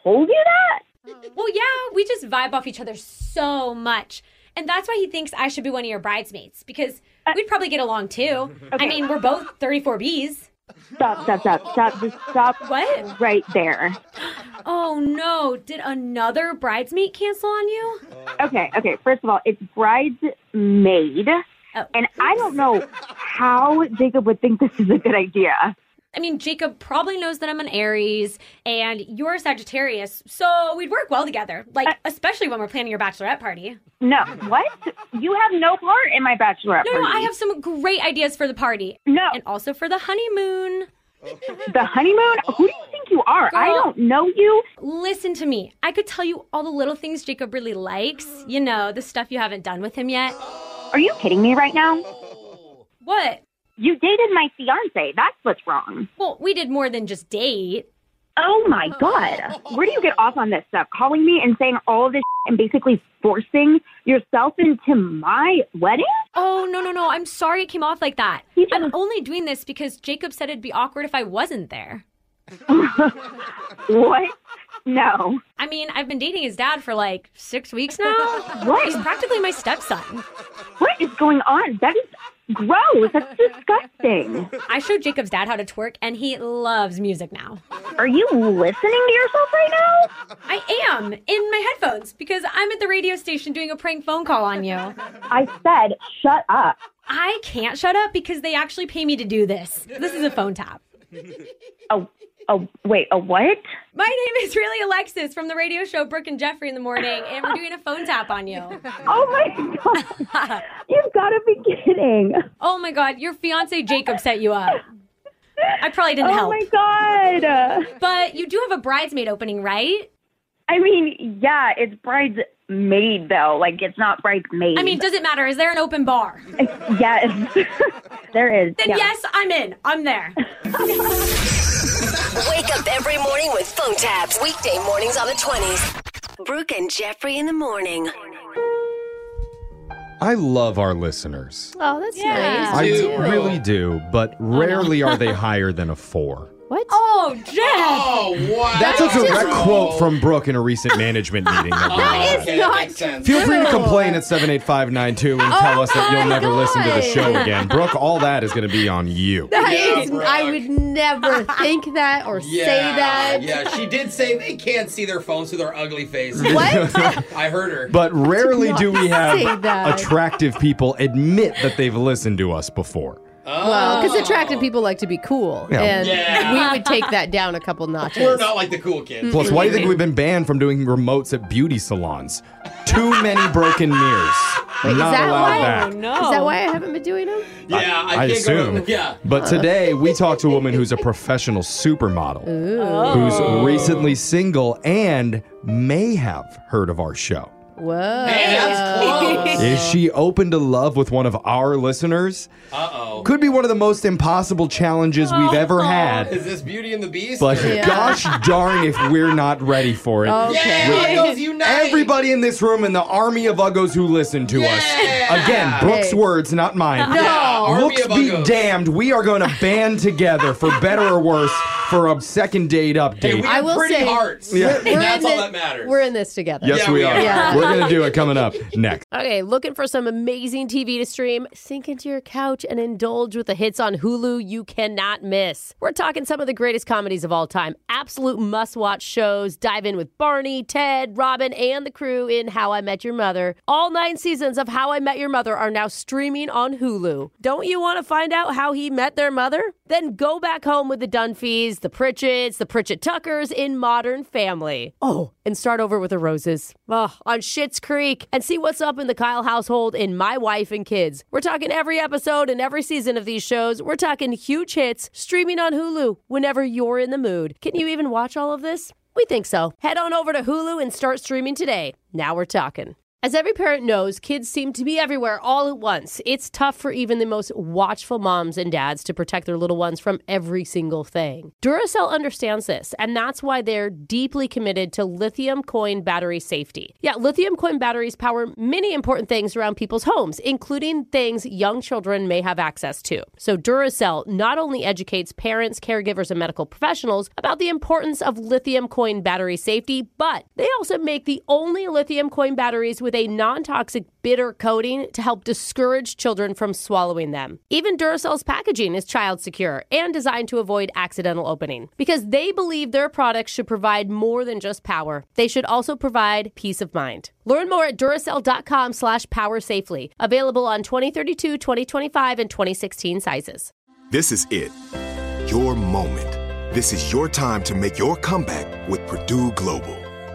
told you that? Well, yeah, we just vibe off each other so much. And that's why he thinks I should be one of your bridesmaids because Uh, we'd probably get along too. I mean, we're both 34Bs. Stop, stop, stop, stop, just stop What? right there. Oh no, did another bridesmaid cancel on you? Okay, okay, first of all, it's bridesmaid, and I don't know how Jacob would think this is a good idea. I mean, Jacob probably knows that I'm an Aries and you're a Sagittarius, so we'd work well together, like, especially when we're planning your bachelorette party. No, Uh, what? You have no part in my bachelorette No, party. no, I have some great ideas for the party. No. And also for the honeymoon. The honeymoon? Who do you think you are? I Girl. don't know you. Listen to me. I could tell you all the little things Jacob really likes. You know, the stuff you haven't done with him yet. Are you kidding me right now? What? You dated my fiance. That's what's wrong. Well, we did more than just date. Oh my god. Where do you get off on this stuff? Calling me and saying all this and basically forcing yourself into my wedding? Oh, no, no, no. I'm sorry it came off like that. I'm only doing this because Jacob said it'd be awkward if I wasn't there. What? No. I mean, I've been dating his dad for like six weeks now. [laughs] What? He's practically my stepson. What is going on? That is gross. That's disgusting. I showed Jacob's dad how to twerk, and he loves music now. Are you listening to yourself right now? I am in my headphones because I'm at the radio station doing a prank phone call on you. I said, shut up. I can't shut up because they actually pay me to do this. This is a phone tap. Oh, oh, wait, a what? My name is really Alexis from the radio show Brooke and Jeffrey in the morning, and we're doing a phone tap on you. Oh my god. You've got to be kidding. [laughs] Oh my god, your fiance Jacob set you up. I probably didn't oh help. my god. But you do have a bridesmaid opening, right? I mean, yeah, it's bridesmaid though. Like it's not bridesmaid. I mean, does it matter? Is there an open bar? yes. [laughs] there is. Then yeah. yes, I'm in. [laughs] I'm there. Wake up every morning with phone taps. Weekday mornings on the 20s. Brooke and Jeffrey in the morning. I love our listeners. Oh, that's Yeah. nice. I really do, but rarely are they higher than a four. What? Oh, Jeff. Oh, wow. That's a direct quote from Brooke in a recent management meeting. that we had. That is Okay, that not makes sense. Feel free to complain at 78592 and tell us that you'll never listen to the show Oh God. again. Brooke, all that is going to be on you. That is- I would never think that or say that. Yeah, she did say they can't see their phones through their ugly faces. What? [laughs] I heard her. But rarely do say we have that. attractive people admit that they've listened to us before. Well, because attractive people like to be cool, Yeah. and Yeah. we would take that down a couple notches. [laughs] We're not like the cool kids. Plus, why do you think we've been banned from doing remotes at beauty salons? Too many broken mirrors. Wait, Not is that allowed why? back. Is that why I haven't been doing them? Yeah, I, I can't assume. go. Yeah. But today we talked to a woman who's a professional supermodel Oh. Oh. who's recently single and may have heard of our show. Whoa. Is she open to love with one of our listeners? Uh-oh. Oh. Could be one of the most impossible challenges Oh. we've ever Is had. this Beauty and the Beast? But Yeah. gosh darn if we're not ready for it. Yeah, With Uggos unite. Everybody in this room and the army of uggos who listen to us. Again, Brooke's Hey. words, not mine. No. Yeah, army Looks of be uggos. damned. We are going to band together for better or worse for a second date update. I will say, Yeah. we're- we're in thi- matters. We're in this together. Yes, we are. Yeah. We're going to do it coming up next. Okay, looking for some amazing TV to stream? Sink into your couch and indulge with the hits on Hulu you cannot miss. We're talking some of the greatest comedies of all time, absolute must watch shows. Dive in with Barney, Ted, Robin, and the crew in How I Met Your Mother. All nine seasons of How I Met Your Mother are now streaming on Hulu. Don't you want to find out how he met their mother? Then go back home with the Dunphys, the Pritchett's, the Pritchett Tuckers in Modern Family. Oh, and start over with the Roses. Ugh, on Schitt's Creek and see what's up in the Kyle household in My Wife and Kids. We're talking every episode and every season of these shows. We're talking huge hits streaming on Hulu whenever you're in the mood. Can you even watch all of this? We think so. Head on over to Hulu and start streaming today. Now we're talking. As every parent knows, kids seem to be everywhere all at once. It's tough for even the most watchful moms and dads to protect their little ones from every single thing. Duracell understands this, and that's why they're deeply committed to lithium coin battery safety. Yeah, lithium coin batteries power many important things around people's homes, including things young children may have access to. So Duracell not only educates parents, caregivers, and medical professionals about the importance of lithium coin battery safety, but they also make the only lithium coin batteries with a non toxic bitter coating to help discourage children from swallowing them. Even Duracell's packaging is child secure and designed to avoid accidental opening because they believe their products should provide more than just power. They should also provide peace of mind. Learn more at duracell.com slash power safely. Available on 2032, 2025, and 2016 sizes. This is it. Your moment. This is your time to make your comeback with Purdue Global.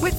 With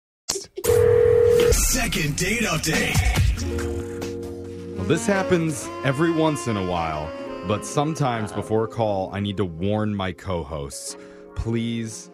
Second date update. Well, this happens every once in a while, but sometimes before a call, I need to warn my co hosts please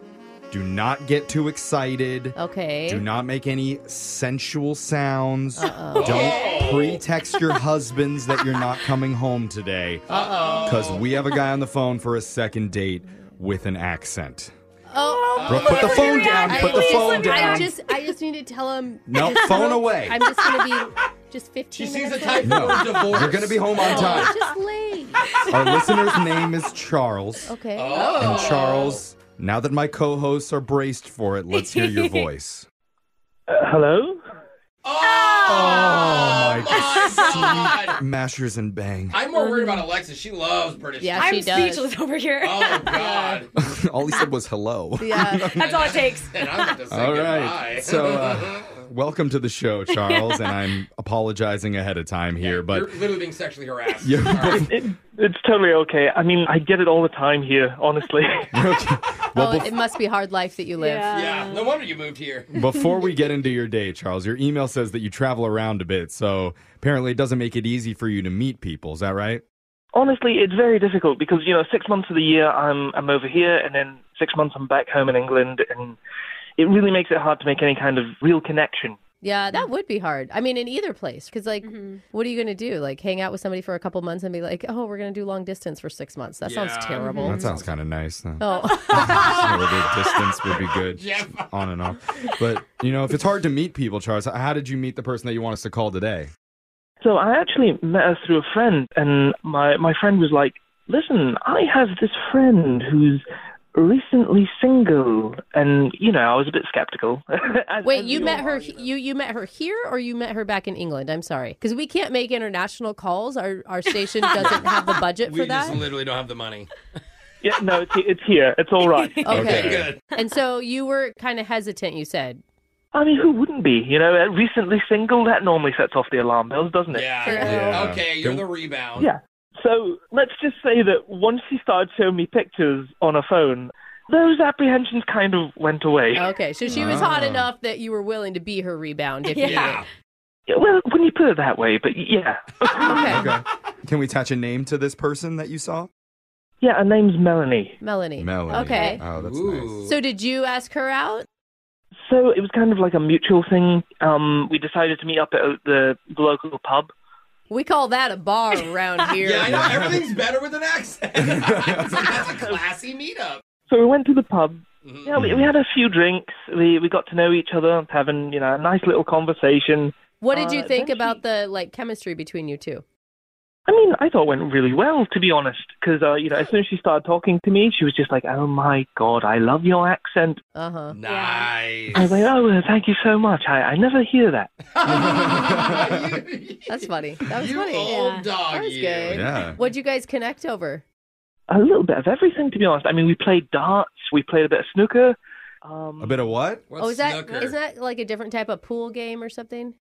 do not get too excited. Okay. Do not make any sensual sounds. Uh-oh. Don't pre-text [laughs] your husbands that you're not coming home today. Uh-oh. Because we have a guy on the phone for a second date with an accent. Oh, Brooke, put the phone down. Put the I- phone down. I just, I just need to tell him. No, just phone real- away. I'm just gonna be just 15. She sees minutes a type late. Oh. No. divorce. You're going to be home on No, time. Just late. Our listener's name is Charles. Okay. Oh, Oh. And Oh. Charles, now that my co hosts are braced for it, let's hear your voice. Uh, hello? Oh, my my Mashers and bang. [laughs] I'm more worried about Alexa. She loves British. Yeah, people. she does. Speechless over here. Oh God. [laughs] all he said was hello. [laughs] [laughs] Yeah. That's all it takes. And I'm about to say All goodbye. right. So, [laughs] uh, welcome to the show, Charles. And I'm apologizing ahead of time here, but You're literally being sexually harassed. It's totally okay. I mean, I get it all the time here, [laughs] honestly. oh, it must be hard life that you live. Yeah. No wonder you [laughs] moved here. before we get into your day, Charles, your email says that you travel around a bit. So, apparently, it doesn't make it easy for you to meet people. Is that right? honestly, it's very difficult because, you know, six months of the year I'm, I'm over here, and then six months I'm back home in England, and it really makes it hard to make any kind of real connection. Yeah, that would be hard. I mean, in either place, because like, Mm-hmm. what are you going to do? Like, hang out with somebody for a couple months and be like, oh, we're going to do long distance for six months. That sounds terrible. Mm-hmm. That sounds kind of nice, though. Oh, [laughs] A little bit of distance would be good. Jeff. On and off. But, you know, if it's hard to meet people, Charles, how did you meet the person that you want us to call today? So I actually met her through a friend, and my, my friend was like, listen, I have this friend who's recently single. And, you know, I was a bit skeptical. [laughs] wait, you met her. You you met her here, or you met her back in England? I'm sorry, because we can't make international calls. Our our [laughs] station doesn't have the budget we for that. just literally don't have the money. yeah, no, it's, it's here. It's all right. [laughs] Uh, Okay. Good. And so you were kind of hesitant. You said, I mean, who wouldn't be? You know, uh, recently single, that normally sets off the alarm bells, doesn't it? Yeah. Yeah. Okay, you're the rebound. Yeah. So let's just say that once she started showing me pictures on her phone, those apprehensions kind of went away. okay, so she was hot Ah. enough that you were willing to be her rebound. If you Yeah. needed. Yeah, Well, when you put it that way, but yeah. Okay. Can we attach a name to this person that you saw? Yeah, her name's Melanie. Melanie. Melanie. Okay. Oh, that's nice. So did you ask her out? So it was kind of like a mutual thing. Um, we decided to meet up at uh, the the local pub. We call that a bar [laughs] around here. Yeah, I know. [laughs] Everything's better with an accent. It's like, that's a classy meetup. So we went to the pub. Yeah, we, we had a few drinks. We we got to know each other, having you know a nice little conversation. What did you Uh, think about the like chemistry between you two? I mean, I thought it went really well, to be honest, because uh, you know, as soon as she started talking to me, she was just like, "Oh my god, I love your accent." Uh huh. Nice. I was like, "Oh, well, thank you so much. I, I never hear that." [laughs] That's funny. That was You funny. old dog, That was you. good. Yeah. What'd you guys connect over? A little bit of everything, to be honest. I mean, we played darts, we played a bit of snooker. Um, a bit of what? oh, is that is that like a different type of pool game or something?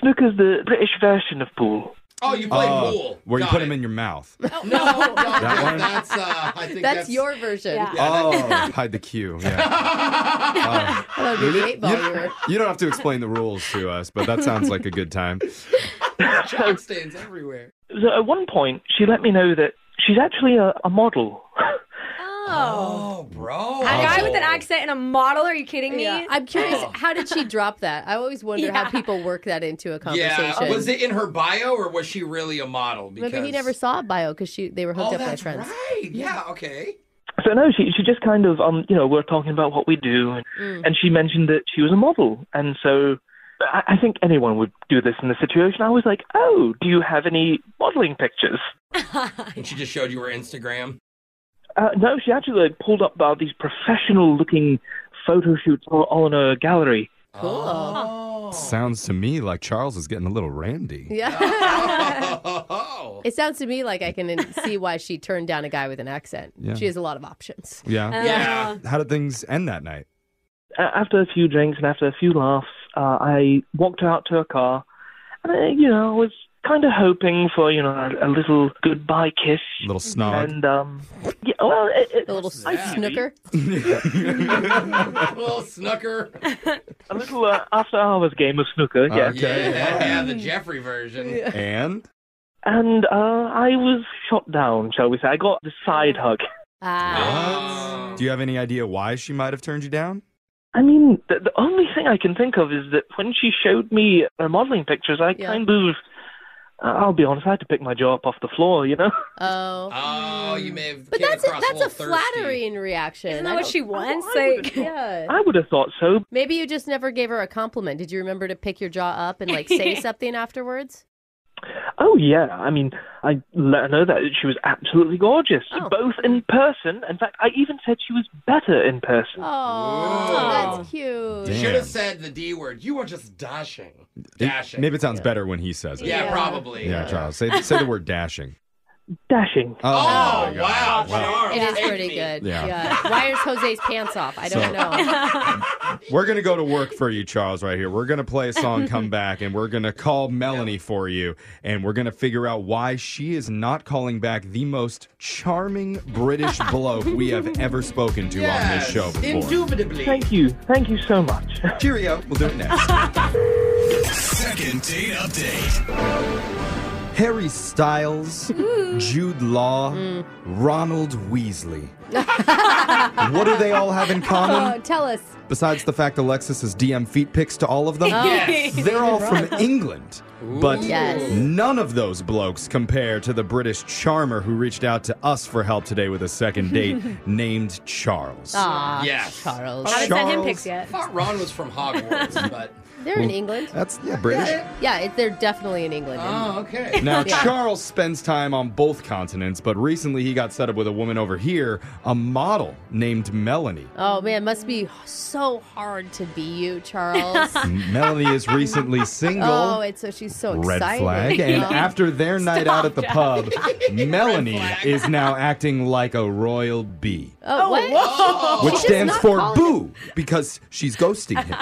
Snooker's the British version of pool. Oh, you play Oh, pool. Where you Got put it. them in your mouth. No, no, That one? that's uh, I think That's your version. Oh, hide the [laughs] cue. [laughs] Yeah. I thought it'd be the eight ball you were- [laughs] You don't have to explain the rules [laughs] to us, but that sounds like a good time. chalk stains everywhere. [laughs] So at one point, she let me know that she's actually a, a model. Oh, bro. A guy with an accent and a model? Are you kidding me? I'm curious, Oh. how did she drop that? I always wonder how people work that into a conversation. Yeah. uh, Was it in her bio or was she really a model? Because Maybe he never saw a bio because she they were hooked Oh, up by that's friends. right. Yeah. [laughs] Okay. So no, she she just kind of um you know we're talking about what we do, and, Mm. and she mentioned that she was a model, and so I, I think anyone would do this in the situation. I was like, oh, do you have any modeling pictures? And she just showed you her Instagram. Uh, no, she actually like, pulled up uh, these professional looking photo shoots all, all in her gallery. Cool. Sounds to me like Charles is getting a little randy. Yeah. [laughs] Oh, it sounds to me like I can see why she turned down a guy with an accent. Yeah. She has a lot of options. Uh, Yeah. Uh, Yeah. How did things end that night? A- After a few drinks and after a few laughs, uh, I walked her out to her car, and I, you know I was kind of hoping for you know a, a little goodbye kiss, little snog. and um, yeah, well, it, it, a little [laughs] snooker. [laughs] Little snooker. A little uh, after hours game of snooker, yeah. Yeah, yeah, the Jeffrey version. And? And uh, I was shot down, shall we say. I got the side hug. Ah. Do you have any idea why she might have turned you down? I mean, the, the only thing I can think of is that when she showed me her modeling pictures, I kind of I'll be honest, I had to pick my jaw up off the floor, you know? Oh. Oh, you may have. But came that's a, across that's a little thirsty. flattering reaction. Isn't that I what don't- she wants? Like, yeah. I would have thought so. Maybe you just never gave her a compliment. Did you remember to pick your jaw up [laughs] and like say something afterwards? Oh, yeah. I mean, I let her know that she was absolutely gorgeous, both in person. In fact, I even said she was better in person. Oh, that's cute. Should have said the D word. You are just dashing. Dashing. Maybe it sounds better when he says it. Yeah, probably. Yeah, Charles. Say, say the word dashing. Dashing. Oh, wow, Charles. It is pretty good. Yeah. Yeah. Why is Jose's pants off? I don't So- [laughs] know. We're going to go to work for you, Charles, right here. We're going to play a [laughs] song, come back, and we're going to call Melanie for you. And we're going to figure out why she is not calling back the most charming British bloke we have ever spoken to on this show before. Indubitably. Thank you. Thank you so much. [laughs] Cheerio. We'll do it next. Second date update. [laughs] Harry Styles, Hmm. Jude Law, Ronald Weasley. [laughs] what do they all have [laughs] in Oh, common? tell us. Besides the fact Alexis is DM feet pics to all of them, Oh. [laughs] Yes. they're all from Right. England. But Yes. none of those blokes compare to the British charmer who reached out to us for help today with a second date [laughs] named Charles. Aw, Yes. Charles. I haven't sent him Charles. pics yet. I thought Ron was [laughs] from Hogwarts, but They're in England. That's yeah, British. Yeah, it, they're definitely in England. Oh, okay. [laughs] Now, Charles spends time on both continents, but recently he got set up with a woman over here, a model named Melanie. Oh man, must be so hard to be you, Charles. M- Melanie is recently [laughs] single. [laughs] Oh, and so she's so [laughs] Red excited. flag. And Oh. after their night out at [laughs] the pub, Melanie is now acting like a royal bee, Oh, what? which She's stands not for calling- boo because she's ghosting [laughs] him.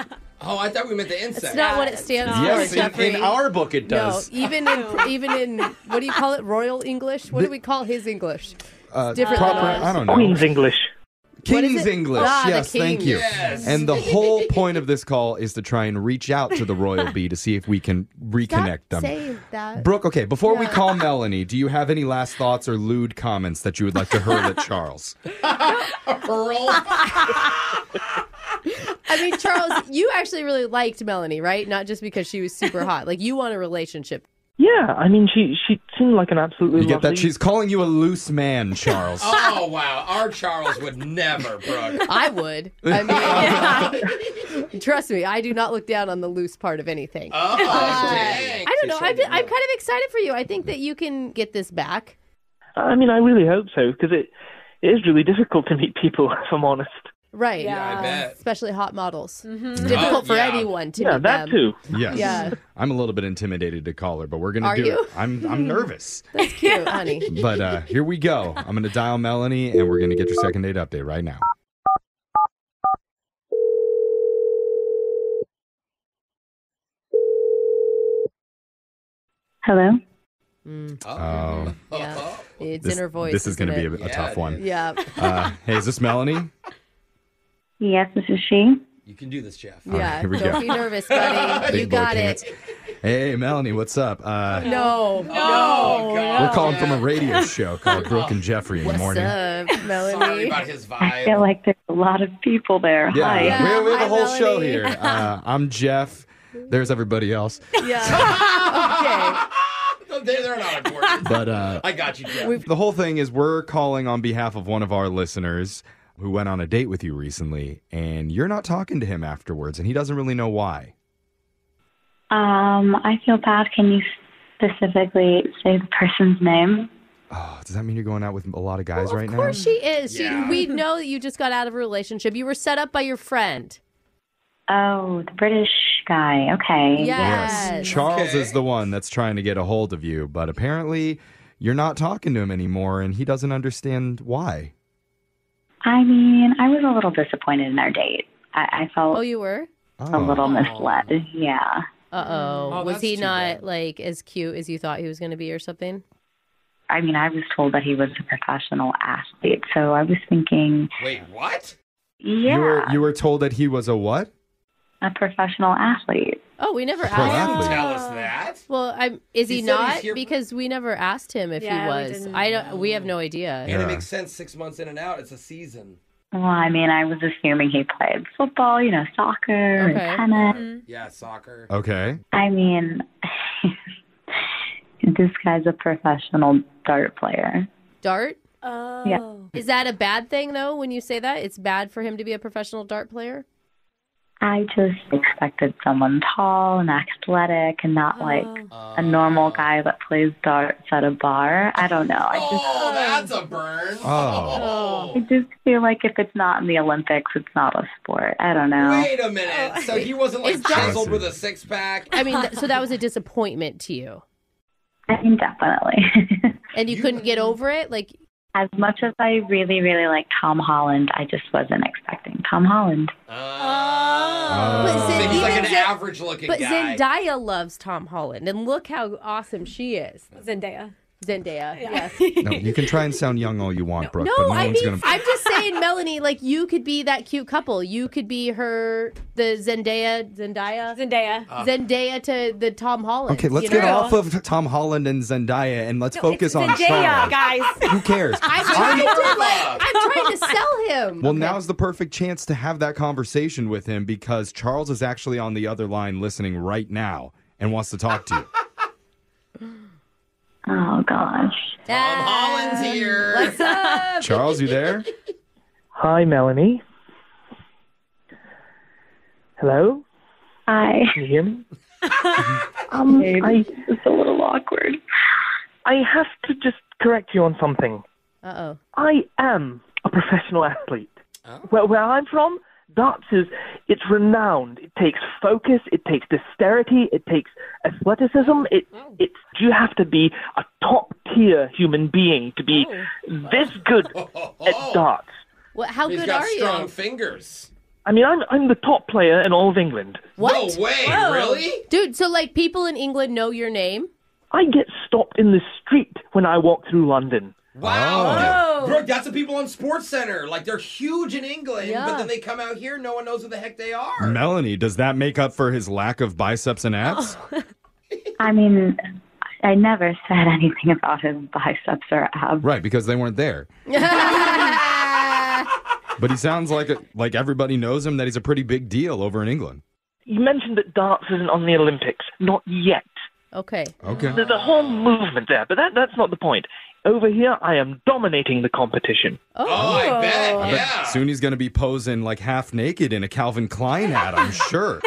Oh, I thought we meant the insect. That's not what it stands yes, for, in- Oh, Jeffrey. in, our book it does. No, even in even in what do you call it? Royal English? What do we call his English? Uh, different proper, than ours. I don't know. Queen's English. King's English. Ah, the yes, thank King's. you. Yes. And [laughs] the whole point of this call is to try and reach out to the royal bee to see if we can reconnect them. Say that. Brooke, okay, before we Uh, Yeah. call [laughs] Melanie, do you have any last thoughts or lewd comments that you would like to hurl at [laughs] Charles? I mean, Charles, you actually really liked Melanie, right? Not just because she was super hot. Like you want a relationship. Yeah, I mean, she she seemed like an absolutely You get lovely... that? She's calling you a loose [laughs] man, Charles. Oh wow, our Charles would never, Brooke. I [laughs] would. I mean, trust me, I do not look down on the loose part of anything. Oh, Uh, dang. I don't know. I've been, I'm kind of excited for you. I think that you can get this back. I mean, I really hope so because it, it is really difficult to meet people. [laughs] If I'm honest. Right. Uh, Yeah, I bet. Especially hot models. It's difficult Oh, for yeah. anyone to yeah, meet them. that too. Yes. Yeah. I'm a little bit intimidated to call her, but we're gonna Are do you? Hmm. it. I'm I'm nervous. [laughs] That's cute, [laughs] honey. But uh here we go. I'm gonna dial Melanie and we're gonna get your second date update right now. Hello. Oh. Uh-huh. Yeah. It's This- in her voice. This is going to be a, a tough one. Yeah. Uh, hey, is this Melanie? Yes, this is she. You can do this, Jeff. right, [laughs] Yeah. here we Don't go. be nervous, buddy. [laughs] [laughs] Big you boy got pants. it. Hey, Melanie, what's up? Uh, No. Oh, God. We're calling [laughs] from a radio [laughs] show called Brooke and Jeffrey in the What's morning. up, Sorry Melanie? [laughs] about his I feel vibe. like there's a lot of people there. Yeah, Hi. we have, we have Hi, a whole Melanie. [laughs] show here. Uh, I'm Jeff. There's everybody else. [laughs] yeah. They- They're not [laughs] important. But uh, [laughs] I got you, Jeff. the whole thing is we're calling on behalf of one of our listeners who went on a date with you recently, and you're not talking to him afterwards, and he doesn't really know why. Um, I feel bad. Can you specifically say the person's name? Oh, does that mean you're going out with a lot of guys right Okay. Of course she is. She, Yeah. [laughs] We know that you just got out of a relationship. You were set up by your friend. Oh, the British guy. Okay. Yes. now? Charles is the one that's trying to get a hold of you, but apparently you're not talking to him anymore, and he doesn't understand why. I mean, I was a little disappointed in our date. I, I felt Oh, you were? a Oh. little misled. Yeah. Uh oh. Oh, was that's he too not bad. like as cute as you thought he was going to be or something? I mean, I was told that he was a professional athlete, so I was thinking, Wait, what? yeah, You were you were told that he was a what? a professional athlete. Oh, we never Pro asked. athlete. Tell us that. Well, I'm, is he, He said he's not? here- Because we never asked him if Yeah, he we was. didn't I don't. We have no idea. And Yeah. it makes sense. Six months in and out, it's a season. Well, I mean, I was assuming he played football, you know, soccer Okay. Mm-hmm. Uh, and tennis. Yeah, soccer. Okay. I mean, [laughs] this guy's a professional dart player. Dart? Oh. Yeah. Is that a bad thing, though, when you say that? It's bad for him to be a professional dart player? I just expected someone tall and athletic and not like a normal guy that plays darts at a bar. I don't know. I just Oh, that's a burn. Oh. I just feel like if it's not in the Olympics, it's not a sport. I don't know. Wait a Oh. minute. So he wasn't like Is that- chiseled with a six pack. I mean, th- so that was a disappointment to you. I mean, definitely. [laughs] And you couldn't get over it? Like, As much as I really, really like Tom Holland, I just wasn't expecting Tom Holland. Oh. Zen- So he's like even an Zen- average looking But guy. Zendaya loves Tom Holland, and look how awesome she is. Zendaya. Zendaya. Yes. No, you can try [laughs] and sound young all you want, Brooke, No, but no I one's mean, gonna. I'm just saying, Melanie, like you could be that cute couple. You could be her, the Zendaya, Zendaya, Zendaya, Ah. Zendaya to the Tom Holland. Okay, let's you know? get off of Tom Holland and Zendaya and let's focus on Sean. [laughs] [laughs] Who cares? I'm I'm- trying, to, like, I'm trying to sell him. Well, now's the perfect chance to have that conversation with him because Charles is actually on the other line listening right now and wants to talk to you. [laughs] Oh gosh. Tom Holland's here. What's up? [laughs] Charles, you there? Hi, Melanie. Hello? Hi. Can you hear me? Um, I, it's a little awkward. I have to just correct you on something. Uh oh. I am a professional athlete. Where, where I'm from, darts is it's renowned. It takes focus, it takes dexterity, it takes athleticism. It it's you have to be a top tier human being to be this good at darts. Well, how He's good got are strong you? fingers. I mean, I'm I'm the top player in all of England. What? No way, Whoa. really? Dude, so like people in England know your name? I get stopped in the street when I walk through London. Wow. Oh. Brooke, that's the people on Sports Center. Like they're huge in England, but then they come out here, no one knows who the heck they are. Melanie, does that make up for his lack of biceps and [laughs] abs? I mean, I never said anything about his biceps or abs. Right, because they weren't there. [laughs] But he sounds like a, like everybody knows him that he's a pretty big deal over in England. You mentioned that darts isn't on the Olympics, not yet. Okay. Okay. There's a whole movement there, but that, that's not the point. Over here, I am dominating the competition. Oh, I bet. I bet soon he's going to be posing like half naked in a Calvin Klein ad, I'm sure.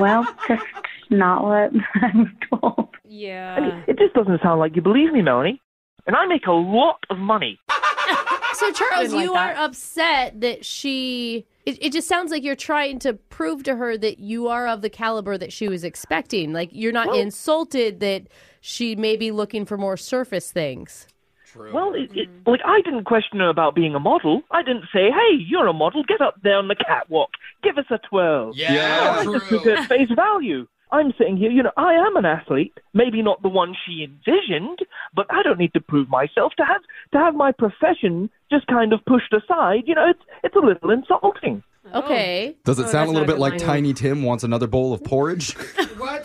well, just not what [laughs] I was told. I mean, it just doesn't sound like you believe me, Melanie. And I make a lot of money. [laughs] So Charles, Something like you that. are upset that she it, it just sounds like you're trying to prove to her that you are of the caliber that she was expecting. Like you're not insulted that she may be looking for more surface things. Well, it, it, like I didn't question her about being a model. I didn't say, "Hey, you're a model. Get up there on the catwalk. Give us a twirl." Yeah, No, I just took her at face value. I'm sitting here, you know, I am an athlete. Maybe not the one she envisioned, but I don't need to prove myself to have to have my profession just kind of pushed aside. You know, it's it's a little insulting. Okay. Does it Oh, sound a that's not little bit like good Tiny Tim wants another bowl of porridge? What?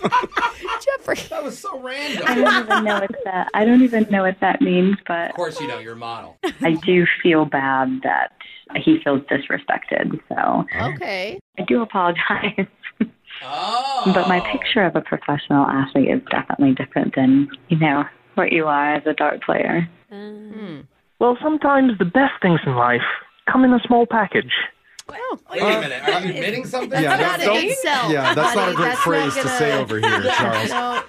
Jeffrey. That [laughs] was so random. I don't even know what that. I don't even know what that means, but Of course you know, you're a model. I do feel bad that he feels disrespected. So Okay. [laughs] I do apologize. Oh. But my picture of a professional athlete is definitely different than you know what you are as a dart player. Well, sometimes the best things in life Hmm. come in a small [laughs] package. Wait a minute. Are you admitting something? Uh, Yeah, that's- don't- yeah, that's not a great phrase to say over here, [laughs] Charles. oh,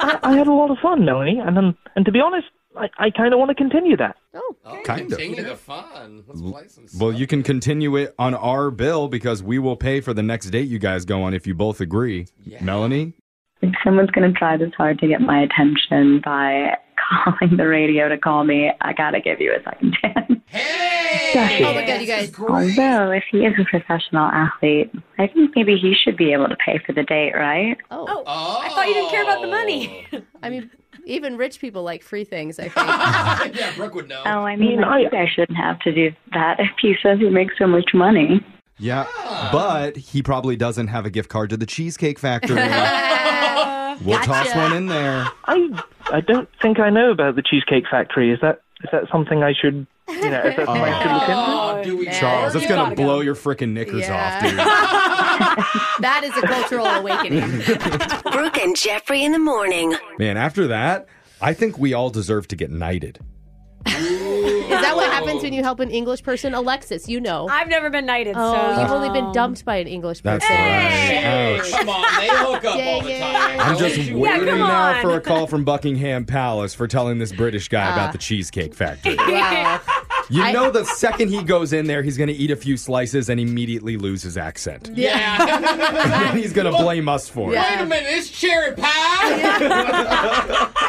I, I had a lot of fun, Melanie, and um, and to be honest, I, I kind of want to continue that. Oh, Kind of. Continue the fun. Let's play some. Well, you can continue it on our bill because we will pay for the next date you guys go on if you both agree. Melanie? Like someone's gonna try this hard to get my attention by [laughs] calling the radio to call me. I gotta give you a second chance. Hey! Oh my god, you guys. Although if he is a professional athlete, I think maybe he should be able to pay for the date, right? Oh. I thought you didn't care about the money. Oh. I mean, even rich people like free things, I think. [laughs] yeah, Brooke would know. Oh, I Mm, mean, I think I shouldn't have to do that if he says he makes so much money. Yeah. But he probably doesn't have a gift card to the Cheesecake Factory. we'll toss one in there. I I don't think I know about the Cheesecake Factory. Is that is that something I should you Oh. [laughs] Oh. know? Is that something I should look into? Oh, do we Charles, it's You going [laughs] gotta to blow your freaking knickers off, dude. That is a cultural awakening. [laughs] Brooke and Jeffrey in the morning. Man, after that, I think we all deserve to get knighted. Is that Oh. what happens when you help an English person? Alexis, you know. I've never been knighted, so so- you've only Oh. been dumped by an English person. That's right. Ouch. [laughs] Come on, they hook up all Dang the it. time. I'm just Don't you- waiting now for a call from Buckingham Palace for telling this British guy Ah. about the [laughs] Cheesecake Factory. Wow. You I- know, the second he goes in there, he's going to eat a few slices and immediately lose his accent. Yeah. [laughs] he's going to blame us for it. Wait a minute, it's cherry pie.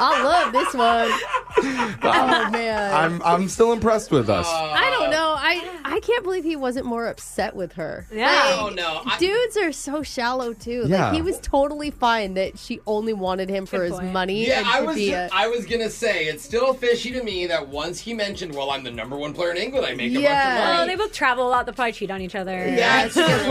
I love this one. Oh man. I'm, I'm still impressed with us. I don't know. I I can't believe he wasn't more upset with her. Yeah. Like, Oh, no. I- dudes are so shallow too. Yeah. Like he was totally fine that she only wanted him for his money. Yeah, and I to was. Be a, I was gonna say it's still fishy to me that once he mentioned, "Well, I'm the number one player in England. I make a bunch of Well, money." Oh, they both travel a lot. They'll probably cheat on each other. Yeah, that's a good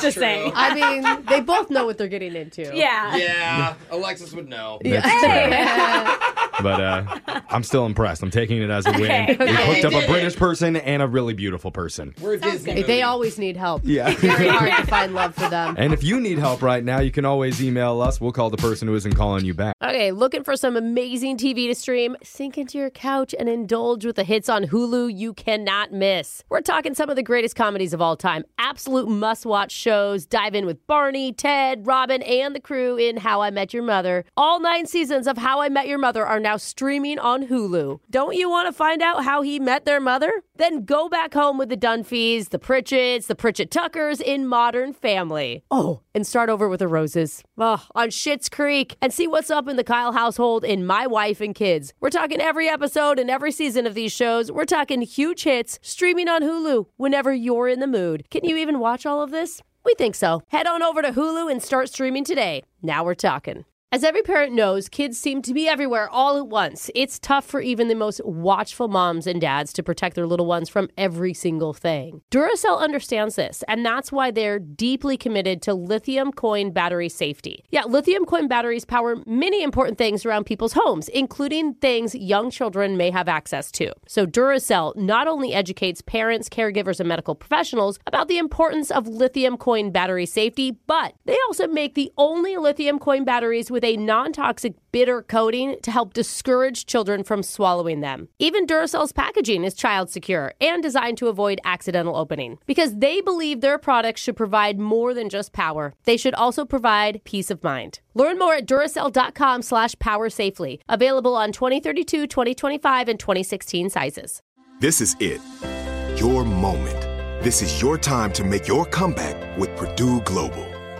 [laughs] Just saying. I mean, they both know what they're getting into. Yeah. Yeah, Alexis would know. [laughs] That's Hey. [laughs] But uh, I'm still impressed. I'm taking it as a win. Okay. We hooked up Okay. a British person and a really beautiful person. We're Disney. They always need help. Yeah. It's very hard [laughs] to find love for them. And if you need help right now, you can always email us. We'll call the person who isn't calling you back. Okay, looking for some amazing TV to stream? Sink into your couch and indulge with the hits on Hulu you cannot miss. We're talking some of the greatest comedies of all time, absolute must watch shows. Dive in with Barney, Ted, Robin, and the crew in How I Met Your Mother. All nine seasons of How I Met Your Mother are now streaming on Hulu. Don't you want to find out how he met their mother? Then go back home with the Dunphys, the Pritchett's, the Pritchett Tuckers in Modern Family. Oh, and start over with the Roses. Oh, on Schitt's Creek and see what's up in the Kyle household in My Wife and Kids. We're talking every episode and every season of these shows. We're talking huge hits streaming on Hulu whenever you're in the mood. Can you even watch all of this? We think so. Head on over to Hulu and start streaming today. Now we're talking. As every parent knows, kids seem to be everywhere all at once. It's tough for even the most watchful moms and dads to protect their little ones from every single thing. Duracell understands this, and that's why they're deeply committed to lithium coin battery safety. Yeah, lithium coin batteries power many important things around people's homes, including things young children may have access to. So Duracell not only educates parents, caregivers, and medical professionals about the importance of lithium coin battery safety, but they also make the only lithium coin batteries with a non toxic bitter coating to help discourage children from swallowing them. Even Duracell's packaging is child secure and designed to avoid accidental opening because they believe their products should provide more than just power. They should also provide peace of mind. Learn more at duracell.com slash power safely. Available on 2032, 2025, and 2016 sizes. This is it. Your moment. This is your time to make your comeback with Purdue Global.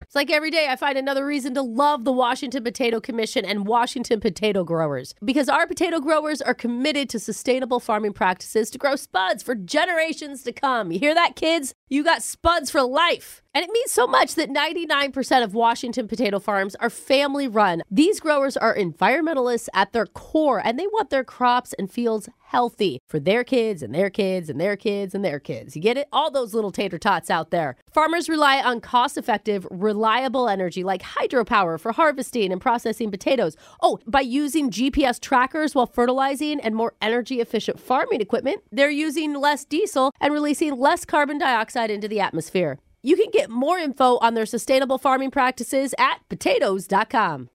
It's like every day I find another reason to love the Washington Potato Commission and Washington potato growers because our potato growers are committed to sustainable farming practices to grow spuds for generations to come. You hear that, kids? You got spuds for life. And it means so much that 99% of Washington potato farms are family run. These growers are environmentalists at their core and they want their crops and fields healthy for their kids and their kids and their kids and their kids. You get it? All those little tater tots out there. Farmers rely on cost effective, reliable energy like hydropower for harvesting and processing potatoes. Oh, by using GPS trackers while fertilizing and more energy efficient farming equipment, they're using less diesel and releasing less carbon dioxide into the atmosphere. You can get more info on their sustainable farming practices at potatoes.com.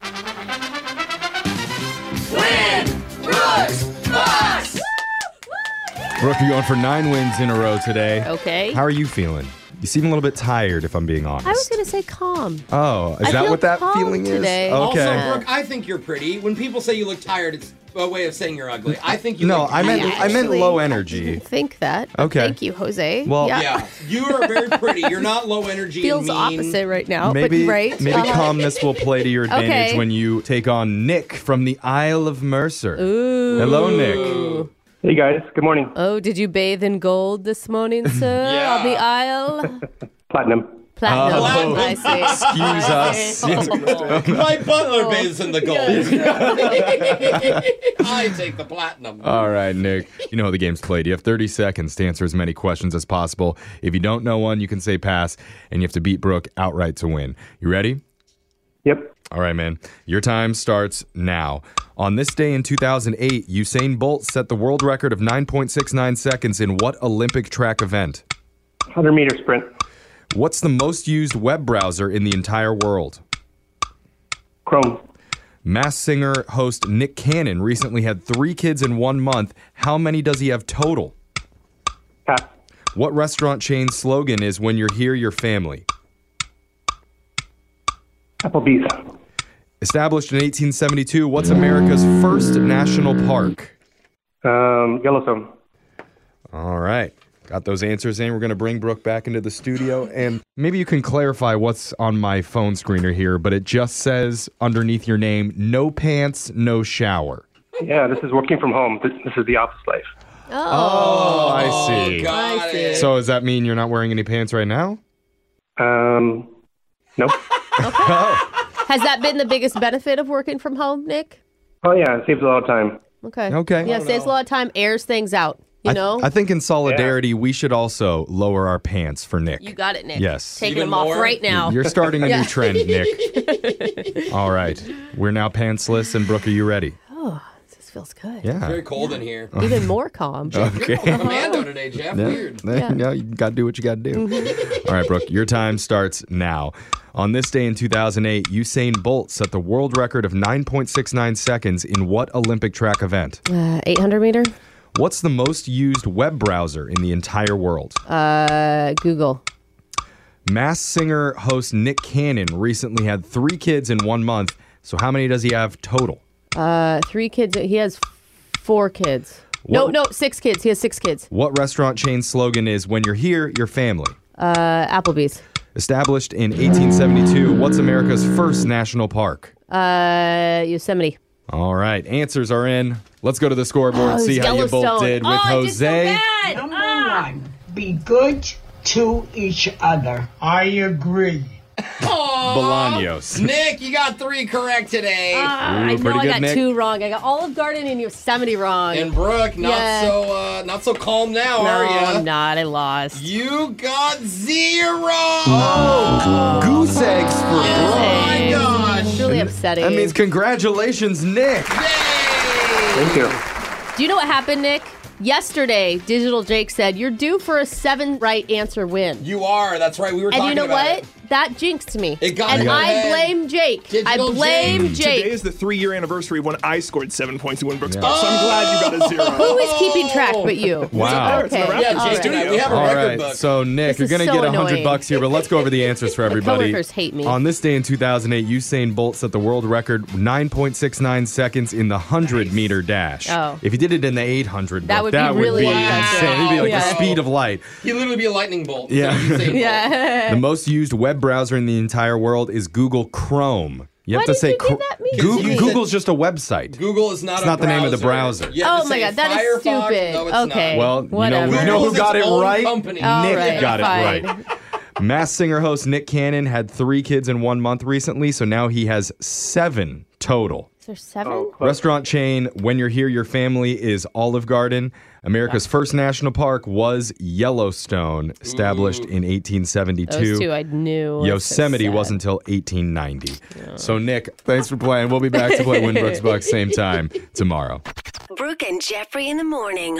Win, Brooks, Fox. Brooke, you're going for nine wins in a row today. Okay. How are you feeling? You seem a little bit tired, if I'm being honest. I was going to say calm. oh, is I that feel what that calm feeling today. is? Okay. Also, Brooke, I think you're pretty. When people say you look tired, it's a way of saying you're ugly. I think you. no, look I meant great. I meant low energy. Think that. Okay. Thank you, Jose. Well- yeah. Yeah, you are very pretty. You're not low energy. and Feels mean. opposite right now, Maybe but right. maybe Uh-huh. calmness will play to your advantage [laughs] Okay. when you take on Nick from the Isle of Mercer. Ooh. Hello, Nick. Hey guys, good morning. Oh, did you bathe in gold this [laughs] morning, sir? Yeah. On the aisle? Platinum. Platinum. Uh, Platinum. I see. Excuse I us. [laughs] see. My butler bathes in [laughs] the gold. [laughs] I take the platinum. All right, Nick. You know how the game's played. You have 30 seconds to answer as many questions as possible. If you don't know one, you can say pass, and you have to beat Brooke outright to win. You ready? Yep. All right, man. Your time starts now. On this day in 2008, Usain Bolt set the world record of 9.69 seconds in what Olympic track event? 100 meter sprint. What's the most used web browser in the entire world? Chrome. Mass singer host Nick Cannon recently had three kids in one month. How many does he have total? Half. What restaurant chain slogan is when you're here, your family? Applebee's. Established in 1872, what's America's first national park? Um, Yellowstone. All right. Got those answers in. We're going to bring Brooke back into the studio. And maybe you can clarify what's on my phone screener here, but it just says underneath your name no pants, no shower. Yeah, this is working from home. This, this is the office life. Oh, I see. got it. So does that mean you're not wearing any pants right now? Um, [laughs] nope. Has that been the biggest benefit of working from home, Nick? Oh yeah, it saves a lot of time. Okay. Okay. Yeah, I don't saves a lot of time, airs things out. You know? I think in solidarity, we should also lower our pants for Nick. you got it, Nick. Yes. Taking them off right now. You're starting a new Yeah. [laughs] trend, Nick. Uh, All right. We're now pantsless. And Brooke, are you ready? Oh, this feels good. Yeah. It's very cold in here. [laughs] Even more calm. [laughs] Okay. Commando today, Jeff. Yeah. Weird. Yeah. [laughs] yeah, you got to do what you got to do. Mm-hmm. All right, Brooke, your time starts now. On this day in 2008, Usain Bolt set the world record of 9.69 seconds in what Olympic track event? Uh, 800 meter? What's the most used web browser in the entire world? Uh, Google. Mass singer host Nick Cannon recently had three kids in one month. So, how many does he have total? Uh, three kids. He has four kids. What- No, no, six kids. He has six kids. What restaurant chain slogan is when you're here, your family? Uh, Applebee's. Established in 1872, what's America's first national park? Uh, Yosemite. All right, answers are in. Let's go to the scoreboard Oh, and see how you both Yellowstone. did with Oh, I did so Jose. Number Ah. one, be good to each other. I agree. Bolaños. Nick, you got three correct today. Ah, I Ooh, know pretty I good, got Nick. two wrong. I got Olive Garden and Yosemite wrong. [laughs] And Brooke, not Yeah. so uh, not so calm now, No, are you? I'm not. I lost. You got zero. Goose eggs for Oh my gosh. It's Oh. really upsetting. That means congratulations, Nick. Thank you. Do you know what happened, Nick? Yesterday, Digital Jake said, You're due for a seven right answer win. You are. That's right. We were and talking you know about what? it. That jinxed me. It got and in your I head. blame Jake. I Digital blame Jake. Today is the three-year anniversary when I scored seven points to win Brooks Bucks, so I'm glad you got a zero. Who is keeping track but you? Wow. Okay. all right. All right, so This Nick, you're is going to so get 100 annoying. bucks here, but let's go over [laughs] the answers for everybody. coworkers hate me. On this day in 2008, Usain Bolt set the world record 9.69 seconds in the 100 meter dash. Oh. If he did it in the 800, That Brooke, would be really impressive. insane. It'd be like Yeah. the speed of light. He literally be a [laughs] lightning bolt. Yeah. yeah. The most used web browser in the entire world is Google Chrome. You have Why to did say you give Chr- that me? Goo- Because you Google's just a website. Google is not. It's a not the name of the browser. You have Oh to my say God, that is Firefox. stupid. No, it's not. Okay. Well, you know, whatever. you know who Google's got it its own right? company. Nick All right, got fine. it right. Mass singer host Nick Cannon had three kids in one month recently, so now he has seven total. There's seven. Restaurant chain, when you're here, your family is Olive Garden. America's first national park was Yellowstone, established in 1872. Those two I knew. Yosemite was until 1890. So, Nick, thanks for playing. We'll be back to play Winbrooks Bucks same time tomorrow. Brooke and Jeffrey in the morning.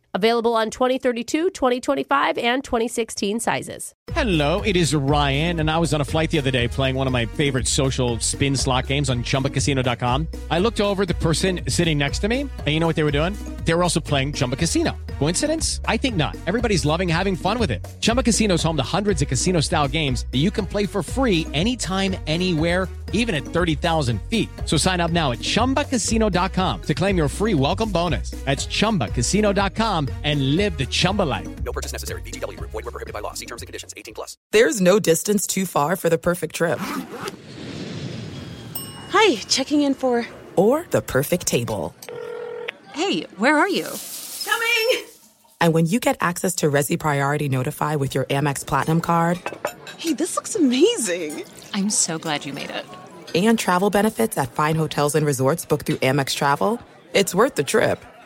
Available on 2032, 2025, and 2016 sizes. Hello, it is Ryan, and I was on a flight the other day playing one of my favorite social spin slot games on chumbacasino.com. I looked over at the person sitting next to me, and you know what they were doing? They were also playing Chumba Casino. Coincidence? I think not. Everybody's loving having fun with it. Chumba Casino is home to hundreds of casino style games that you can play for free anytime, anywhere even at 30,000 feet. So sign up now at ChumbaCasino.com to claim your free welcome bonus. That's ChumbaCasino.com and live the Chumba life. No purchase necessary. VGW Group. Void were prohibited by law. See terms and conditions. 18 plus. There's no distance too far for the perfect trip. Hi, checking in for. Or the perfect table. Hey, where are you? Coming! And when you get access to Resi Priority Notify with your Amex Platinum card. Hey, this looks amazing! I'm so glad you made it. and travel benefits at fine hotels and resorts booked through Amex Travel, it's worth the trip.